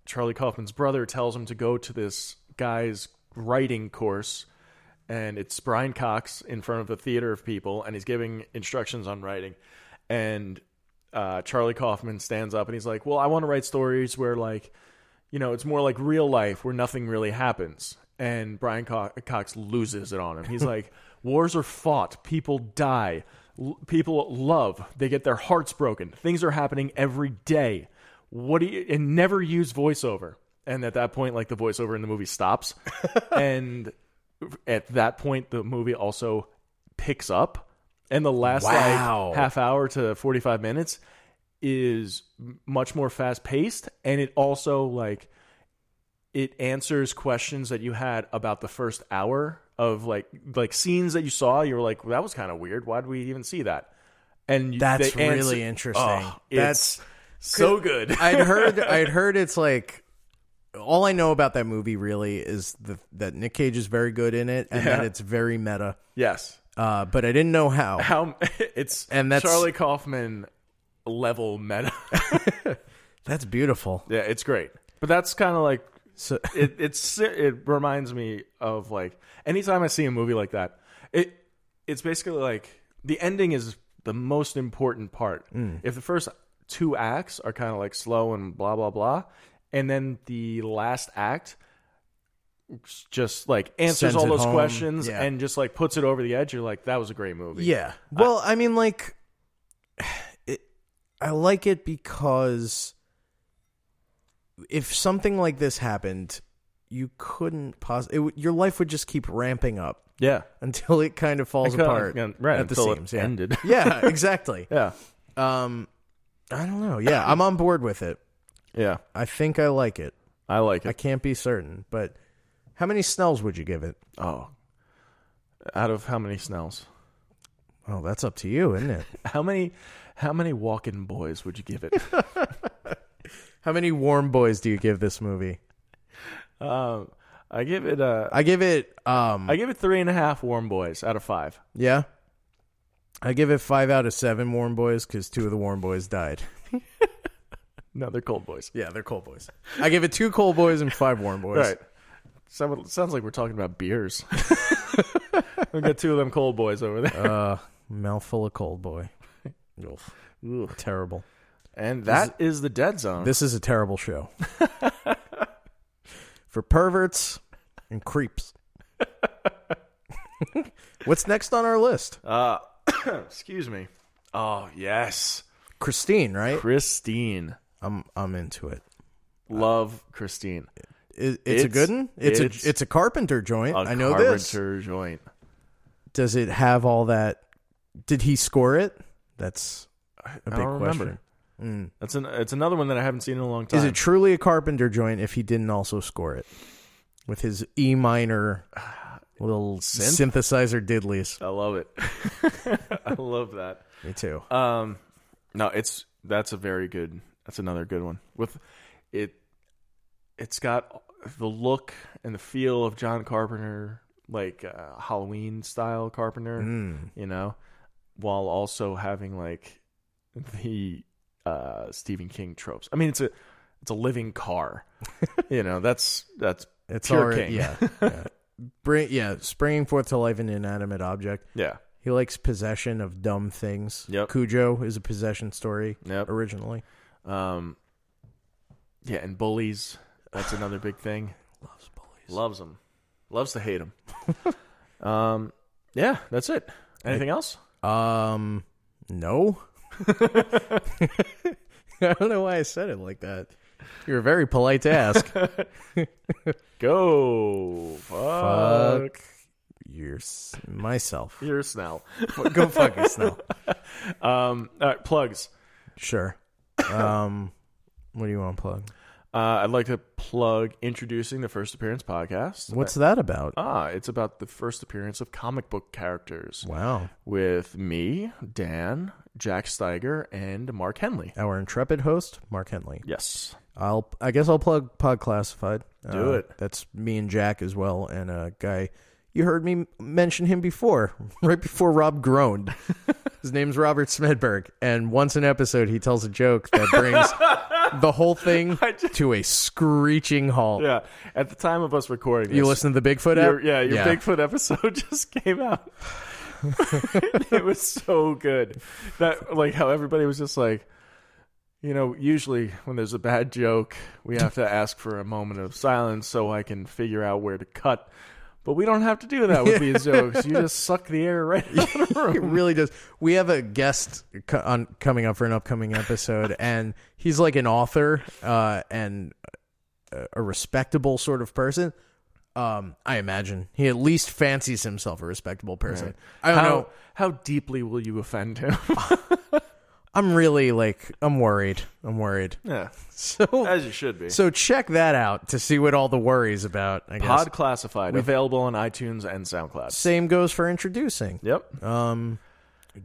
[SPEAKER 2] Charlie Kaufman's brother tells him to go to this guy's writing course, and it's Brian Cox in front of a theater of people, and he's giving instructions on writing, and uh, Charlie Kaufman stands up and he's like, "Well, I want to write stories where like." you know, it's more like real life where nothing really happens. And Brian Co- Cox loses it on him. He's like, wars are fought, people die, L- people love, they get their hearts broken. Things are happening every day. What do you, and never use voiceover. And at that point, like the voiceover in the movie stops. and at that point, the movie also picks up. And the last
[SPEAKER 1] Wow.
[SPEAKER 2] like half hour to 45 minutes is m- much more fast paced and it also like it answers questions that you had about the first hour of like like scenes that you saw you were like well, that was kind of weird why did we even see that and you,
[SPEAKER 1] That's
[SPEAKER 2] they answer-
[SPEAKER 1] really interesting.
[SPEAKER 2] Oh,
[SPEAKER 1] That's-
[SPEAKER 2] it's so good
[SPEAKER 1] I'd heard I'd heard it's like all I know about that movie really is the, that Nick Cage is very good in it and that
[SPEAKER 2] Yeah.
[SPEAKER 1] it's very meta.
[SPEAKER 2] <laughs> yes
[SPEAKER 1] Uh, but I didn't know how.
[SPEAKER 2] how <laughs> it's
[SPEAKER 1] And that's-
[SPEAKER 2] charlie kaufman level meta <laughs>
[SPEAKER 1] That's beautiful.
[SPEAKER 2] yeah it's great but that's kind of like
[SPEAKER 1] So <laughs>
[SPEAKER 2] it it's it reminds me of like anytime I see a movie like that, it it's basically like the ending is the most important part.
[SPEAKER 1] Mm.
[SPEAKER 2] If the first two acts are kind of like slow and blah blah blah, and then the last act just like answers
[SPEAKER 1] Sends
[SPEAKER 2] all
[SPEAKER 1] it
[SPEAKER 2] those
[SPEAKER 1] home.
[SPEAKER 2] questions
[SPEAKER 1] Yeah.
[SPEAKER 2] and just like puts it over the edge. You're like, that was a great movie.
[SPEAKER 1] yeah. Well, I, mean, like, <sighs> it, I like it because if something like this happened, you couldn't possibly. Your life would just keep ramping up <laughs>
[SPEAKER 2] yeah,
[SPEAKER 1] until it kind of falls
[SPEAKER 2] Until-
[SPEAKER 1] apart.
[SPEAKER 2] yeah, right,
[SPEAKER 1] at the
[SPEAKER 2] until it
[SPEAKER 1] seams. yeah.
[SPEAKER 2] ended.
[SPEAKER 1] <laughs> yeah.
[SPEAKER 2] <laughs>
[SPEAKER 1] Exactly.
[SPEAKER 2] yeah,
[SPEAKER 1] Um, I don't know. Yeah, I'm on board with it.
[SPEAKER 2] yeah.
[SPEAKER 1] I think I like it.
[SPEAKER 2] I like
[SPEAKER 1] I
[SPEAKER 2] it.
[SPEAKER 1] can't be certain, but how many snells would you give it?
[SPEAKER 2] oh, out of how many Snells?
[SPEAKER 1] Oh, that's up to you, isn't
[SPEAKER 2] <laughs>
[SPEAKER 1] it?
[SPEAKER 2] How many how many walking boys would you give it? <laughs>
[SPEAKER 1] how many warm boys do you give this movie?
[SPEAKER 2] um, I give it a
[SPEAKER 1] I give it um
[SPEAKER 2] I give it three and a half warm boys out of five.
[SPEAKER 1] yeah. I give it 5 out of 7 warm boys cuz two of the warm boys died.
[SPEAKER 2] No, they're cold boys.
[SPEAKER 1] <laughs> Yeah, they're cold boys. I give it 2 cold boys and 5 warm boys.
[SPEAKER 2] All right. Sound- sounds like we're talking about beers. <laughs> We've got two of them cold boys over there.
[SPEAKER 1] Mouthful of cold boy. <laughs> Oof. Terrible.
[SPEAKER 2] and that is the dead zone.
[SPEAKER 1] This is a terrible show. <laughs> For perverts and creeps. <laughs> What's next on our list?
[SPEAKER 2] Excuse me. Oh, yes.
[SPEAKER 1] Christine, right?
[SPEAKER 2] Christine.
[SPEAKER 1] I'm I'm into it. Uh,
[SPEAKER 2] Love Christine.
[SPEAKER 1] It, it's, a
[SPEAKER 2] It's-
[SPEAKER 1] good one. It's,
[SPEAKER 2] it's
[SPEAKER 1] a it's a carpenter joint.
[SPEAKER 2] A
[SPEAKER 1] I know this.
[SPEAKER 2] carpenter joint.
[SPEAKER 1] Does it have all that? Did he score it? That's a
[SPEAKER 2] I
[SPEAKER 1] big
[SPEAKER 2] don't
[SPEAKER 1] question. Mm.
[SPEAKER 2] remember. That's an, it's another one that I haven't seen in a long time.
[SPEAKER 1] Is it truly a carpenter joint if he didn't also score it with his E
[SPEAKER 2] <sighs>
[SPEAKER 1] minor little synthesizer diddlies?
[SPEAKER 2] I love it. <laughs> I love that.
[SPEAKER 1] Me too.
[SPEAKER 2] Um, no, it's that's a very good. That's another good one. With it, it's got the look and the feel of John Carpenter, like uh, Halloween style Carpenter,
[SPEAKER 1] Mm.
[SPEAKER 2] you know, while also having like the uh, Stephen King tropes. I mean, it's a it's a
[SPEAKER 1] <laughs>
[SPEAKER 2] living car, you know. That's that's
[SPEAKER 1] It's
[SPEAKER 2] pure
[SPEAKER 1] already-
[SPEAKER 2] King. <laughs>
[SPEAKER 1] yeah, yeah. Bring, yeah, springing forth to life an inanimate object.
[SPEAKER 2] yeah.
[SPEAKER 1] He likes possession of dumb things.
[SPEAKER 2] Yep.
[SPEAKER 1] Cujo is a possession story
[SPEAKER 2] Yep.
[SPEAKER 1] originally.
[SPEAKER 2] Um, yeah, and bullies. That's another big thing. Loves bullies. Loves them. Loves to hate them. um, yeah, that's it. Anything else?
[SPEAKER 1] Um, no. <laughs> I don't know why I said it like that. You were very polite to <laughs> ask.
[SPEAKER 2] Go fuck,
[SPEAKER 1] Fuck your s- myself.
[SPEAKER 2] your Snell.
[SPEAKER 1] <laughs> Go fuck yourself.
[SPEAKER 2] Um, all right, plugs.
[SPEAKER 1] Sure. Um, what do you want to plug?
[SPEAKER 2] Uh, I'd like to plug introducing the first appearance podcast.
[SPEAKER 1] What's that about?
[SPEAKER 2] ah? It's about the first appearance of comic book characters
[SPEAKER 1] Wow,
[SPEAKER 2] with me, Dan, Jack Steiger, and Mark Henley.
[SPEAKER 1] our intrepid host Mark Henley.
[SPEAKER 2] Yes.
[SPEAKER 1] I'll I guess I'll plug Pod Classified.
[SPEAKER 2] Do
[SPEAKER 1] Uh,
[SPEAKER 2] it.
[SPEAKER 1] That's me and Jack as well, and a guy you heard me m- mention him before, <laughs> right before Rob
[SPEAKER 2] <laughs>
[SPEAKER 1] groaned. His name's Robert Smedberg, and once an episode he tells a joke that brings
[SPEAKER 2] <laughs>
[SPEAKER 1] the whole thing to a screeching halt.
[SPEAKER 2] Yeah. At the time of us recording,
[SPEAKER 1] You
[SPEAKER 2] this-
[SPEAKER 1] listen to the Bigfoot app?
[SPEAKER 2] Your, yeah, your Bigfoot episode <laughs> just came out. it was so good. That like how everybody was just like, you know, usually when there's a bad joke, we have to ask for a moment of silence so I can figure out where to cut. But we don't have to do that with <laughs> these jokes. You just suck the air <laughs> right out of
[SPEAKER 1] <laughs>
[SPEAKER 2] the
[SPEAKER 1] It
[SPEAKER 2] room.
[SPEAKER 1] really does. We have a guest co- on coming up for an upcoming <laughs> episode, and he's like an author uh, and a, a respectable sort of person. Um, I imagine he at least fancies himself a respectable person. I don't
[SPEAKER 2] how,
[SPEAKER 1] know.
[SPEAKER 2] How deeply will you offend him? <laughs>
[SPEAKER 1] I'm really like I'm worried. I'm worried.
[SPEAKER 2] yeah,
[SPEAKER 1] So
[SPEAKER 2] you should be.
[SPEAKER 1] so check that out to see what all the worries about. I guess.
[SPEAKER 2] Pod classified, available on iTunes and SoundCloud.
[SPEAKER 1] Same goes for introducing.
[SPEAKER 2] Yep.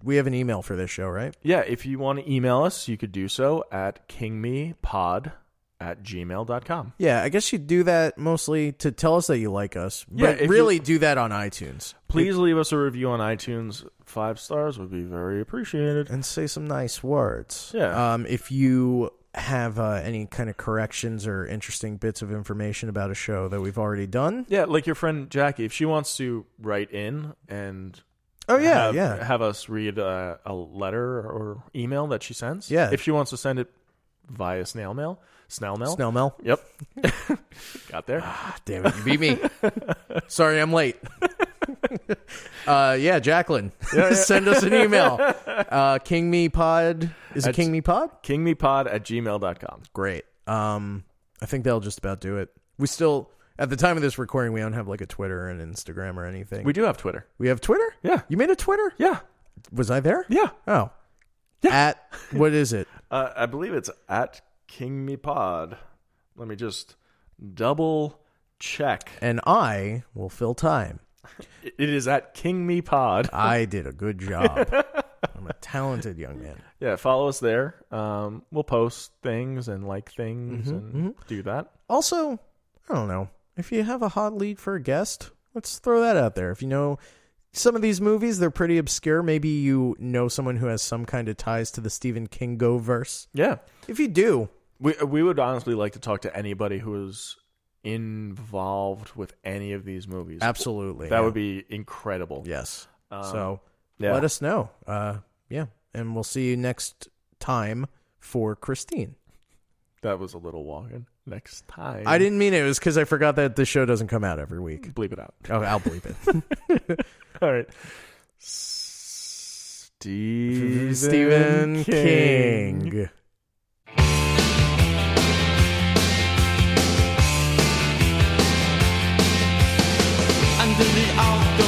[SPEAKER 1] We have an email for this show, right?
[SPEAKER 2] Yeah, if you want to email us, you could do so at kingmepod at gmail.com.
[SPEAKER 1] Yeah, I guess you do that mostly to tell us that you like us,
[SPEAKER 2] Yeah,
[SPEAKER 1] but
[SPEAKER 2] if you-
[SPEAKER 1] really do that on iTunes
[SPEAKER 2] Please leave us a review on iTunes. Five stars would be very appreciated.
[SPEAKER 1] and say some nice words.
[SPEAKER 2] Yeah.
[SPEAKER 1] Um, if you have uh, any kind of corrections or interesting bits of information about a show that we've already done,
[SPEAKER 2] Yeah, like your friend Jackie, if she wants to write in and
[SPEAKER 1] oh yeah,
[SPEAKER 2] have,
[SPEAKER 1] yeah,
[SPEAKER 2] have us read uh, a letter or email that she sends,
[SPEAKER 1] Yeah.
[SPEAKER 2] if she wants to send it via snail mail, snail mail,
[SPEAKER 1] Snell Mel.
[SPEAKER 2] Yep, <laughs> got there. <sighs>
[SPEAKER 1] Damn it, you beat
[SPEAKER 2] <laughs>
[SPEAKER 1] me. Sorry, I'm late. uh, yeah, Jacqueline, <laughs> send us an email. Uh, King Me Pod is it King Me Pod?
[SPEAKER 2] Kingmepod at gmail.com.
[SPEAKER 1] great. Um, I think that'll just about do it. We still, at the time of this recording, we don't have like a Twitter and Instagram or anything.
[SPEAKER 2] We do have Twitter.
[SPEAKER 1] We have Twitter.
[SPEAKER 2] Yeah.
[SPEAKER 1] you made a Twitter.
[SPEAKER 2] Yeah,
[SPEAKER 1] Was I there?
[SPEAKER 2] yeah.
[SPEAKER 1] Oh, At what is it?
[SPEAKER 2] Uh, I believe it's at King Me Pod. Let me just double check.
[SPEAKER 1] And I will fill time.
[SPEAKER 2] It is at King Me Pod.
[SPEAKER 1] I did a good job. I'm a talented young man.
[SPEAKER 2] <laughs> Yeah, follow us there. Um, we'll post things and like things and do that.
[SPEAKER 1] Also, I don't know if you have a hot lead for a guest. Let's throw that out there. If you know some of these movies, they're pretty obscure. Maybe you know someone who has some kind of ties to the Stephen King go verse.
[SPEAKER 2] Yeah,
[SPEAKER 1] If you do,
[SPEAKER 2] we we would honestly like to talk to anybody who is involved with any of these movies.
[SPEAKER 1] Absolutely.
[SPEAKER 2] that
[SPEAKER 1] yeah.
[SPEAKER 2] would be incredible.
[SPEAKER 1] yes. so
[SPEAKER 2] yeah.
[SPEAKER 1] let us know. Uh, yeah, and we'll see you next time for Christine.
[SPEAKER 2] that was a little walking. Next time,
[SPEAKER 1] I didn't mean it. It was because I forgot that the show doesn't come out every week.
[SPEAKER 2] bleep it out.
[SPEAKER 1] Oh, I'll bleep it.
[SPEAKER 2] All right. Stephen,
[SPEAKER 1] Stephen King.
[SPEAKER 10] Underneath all the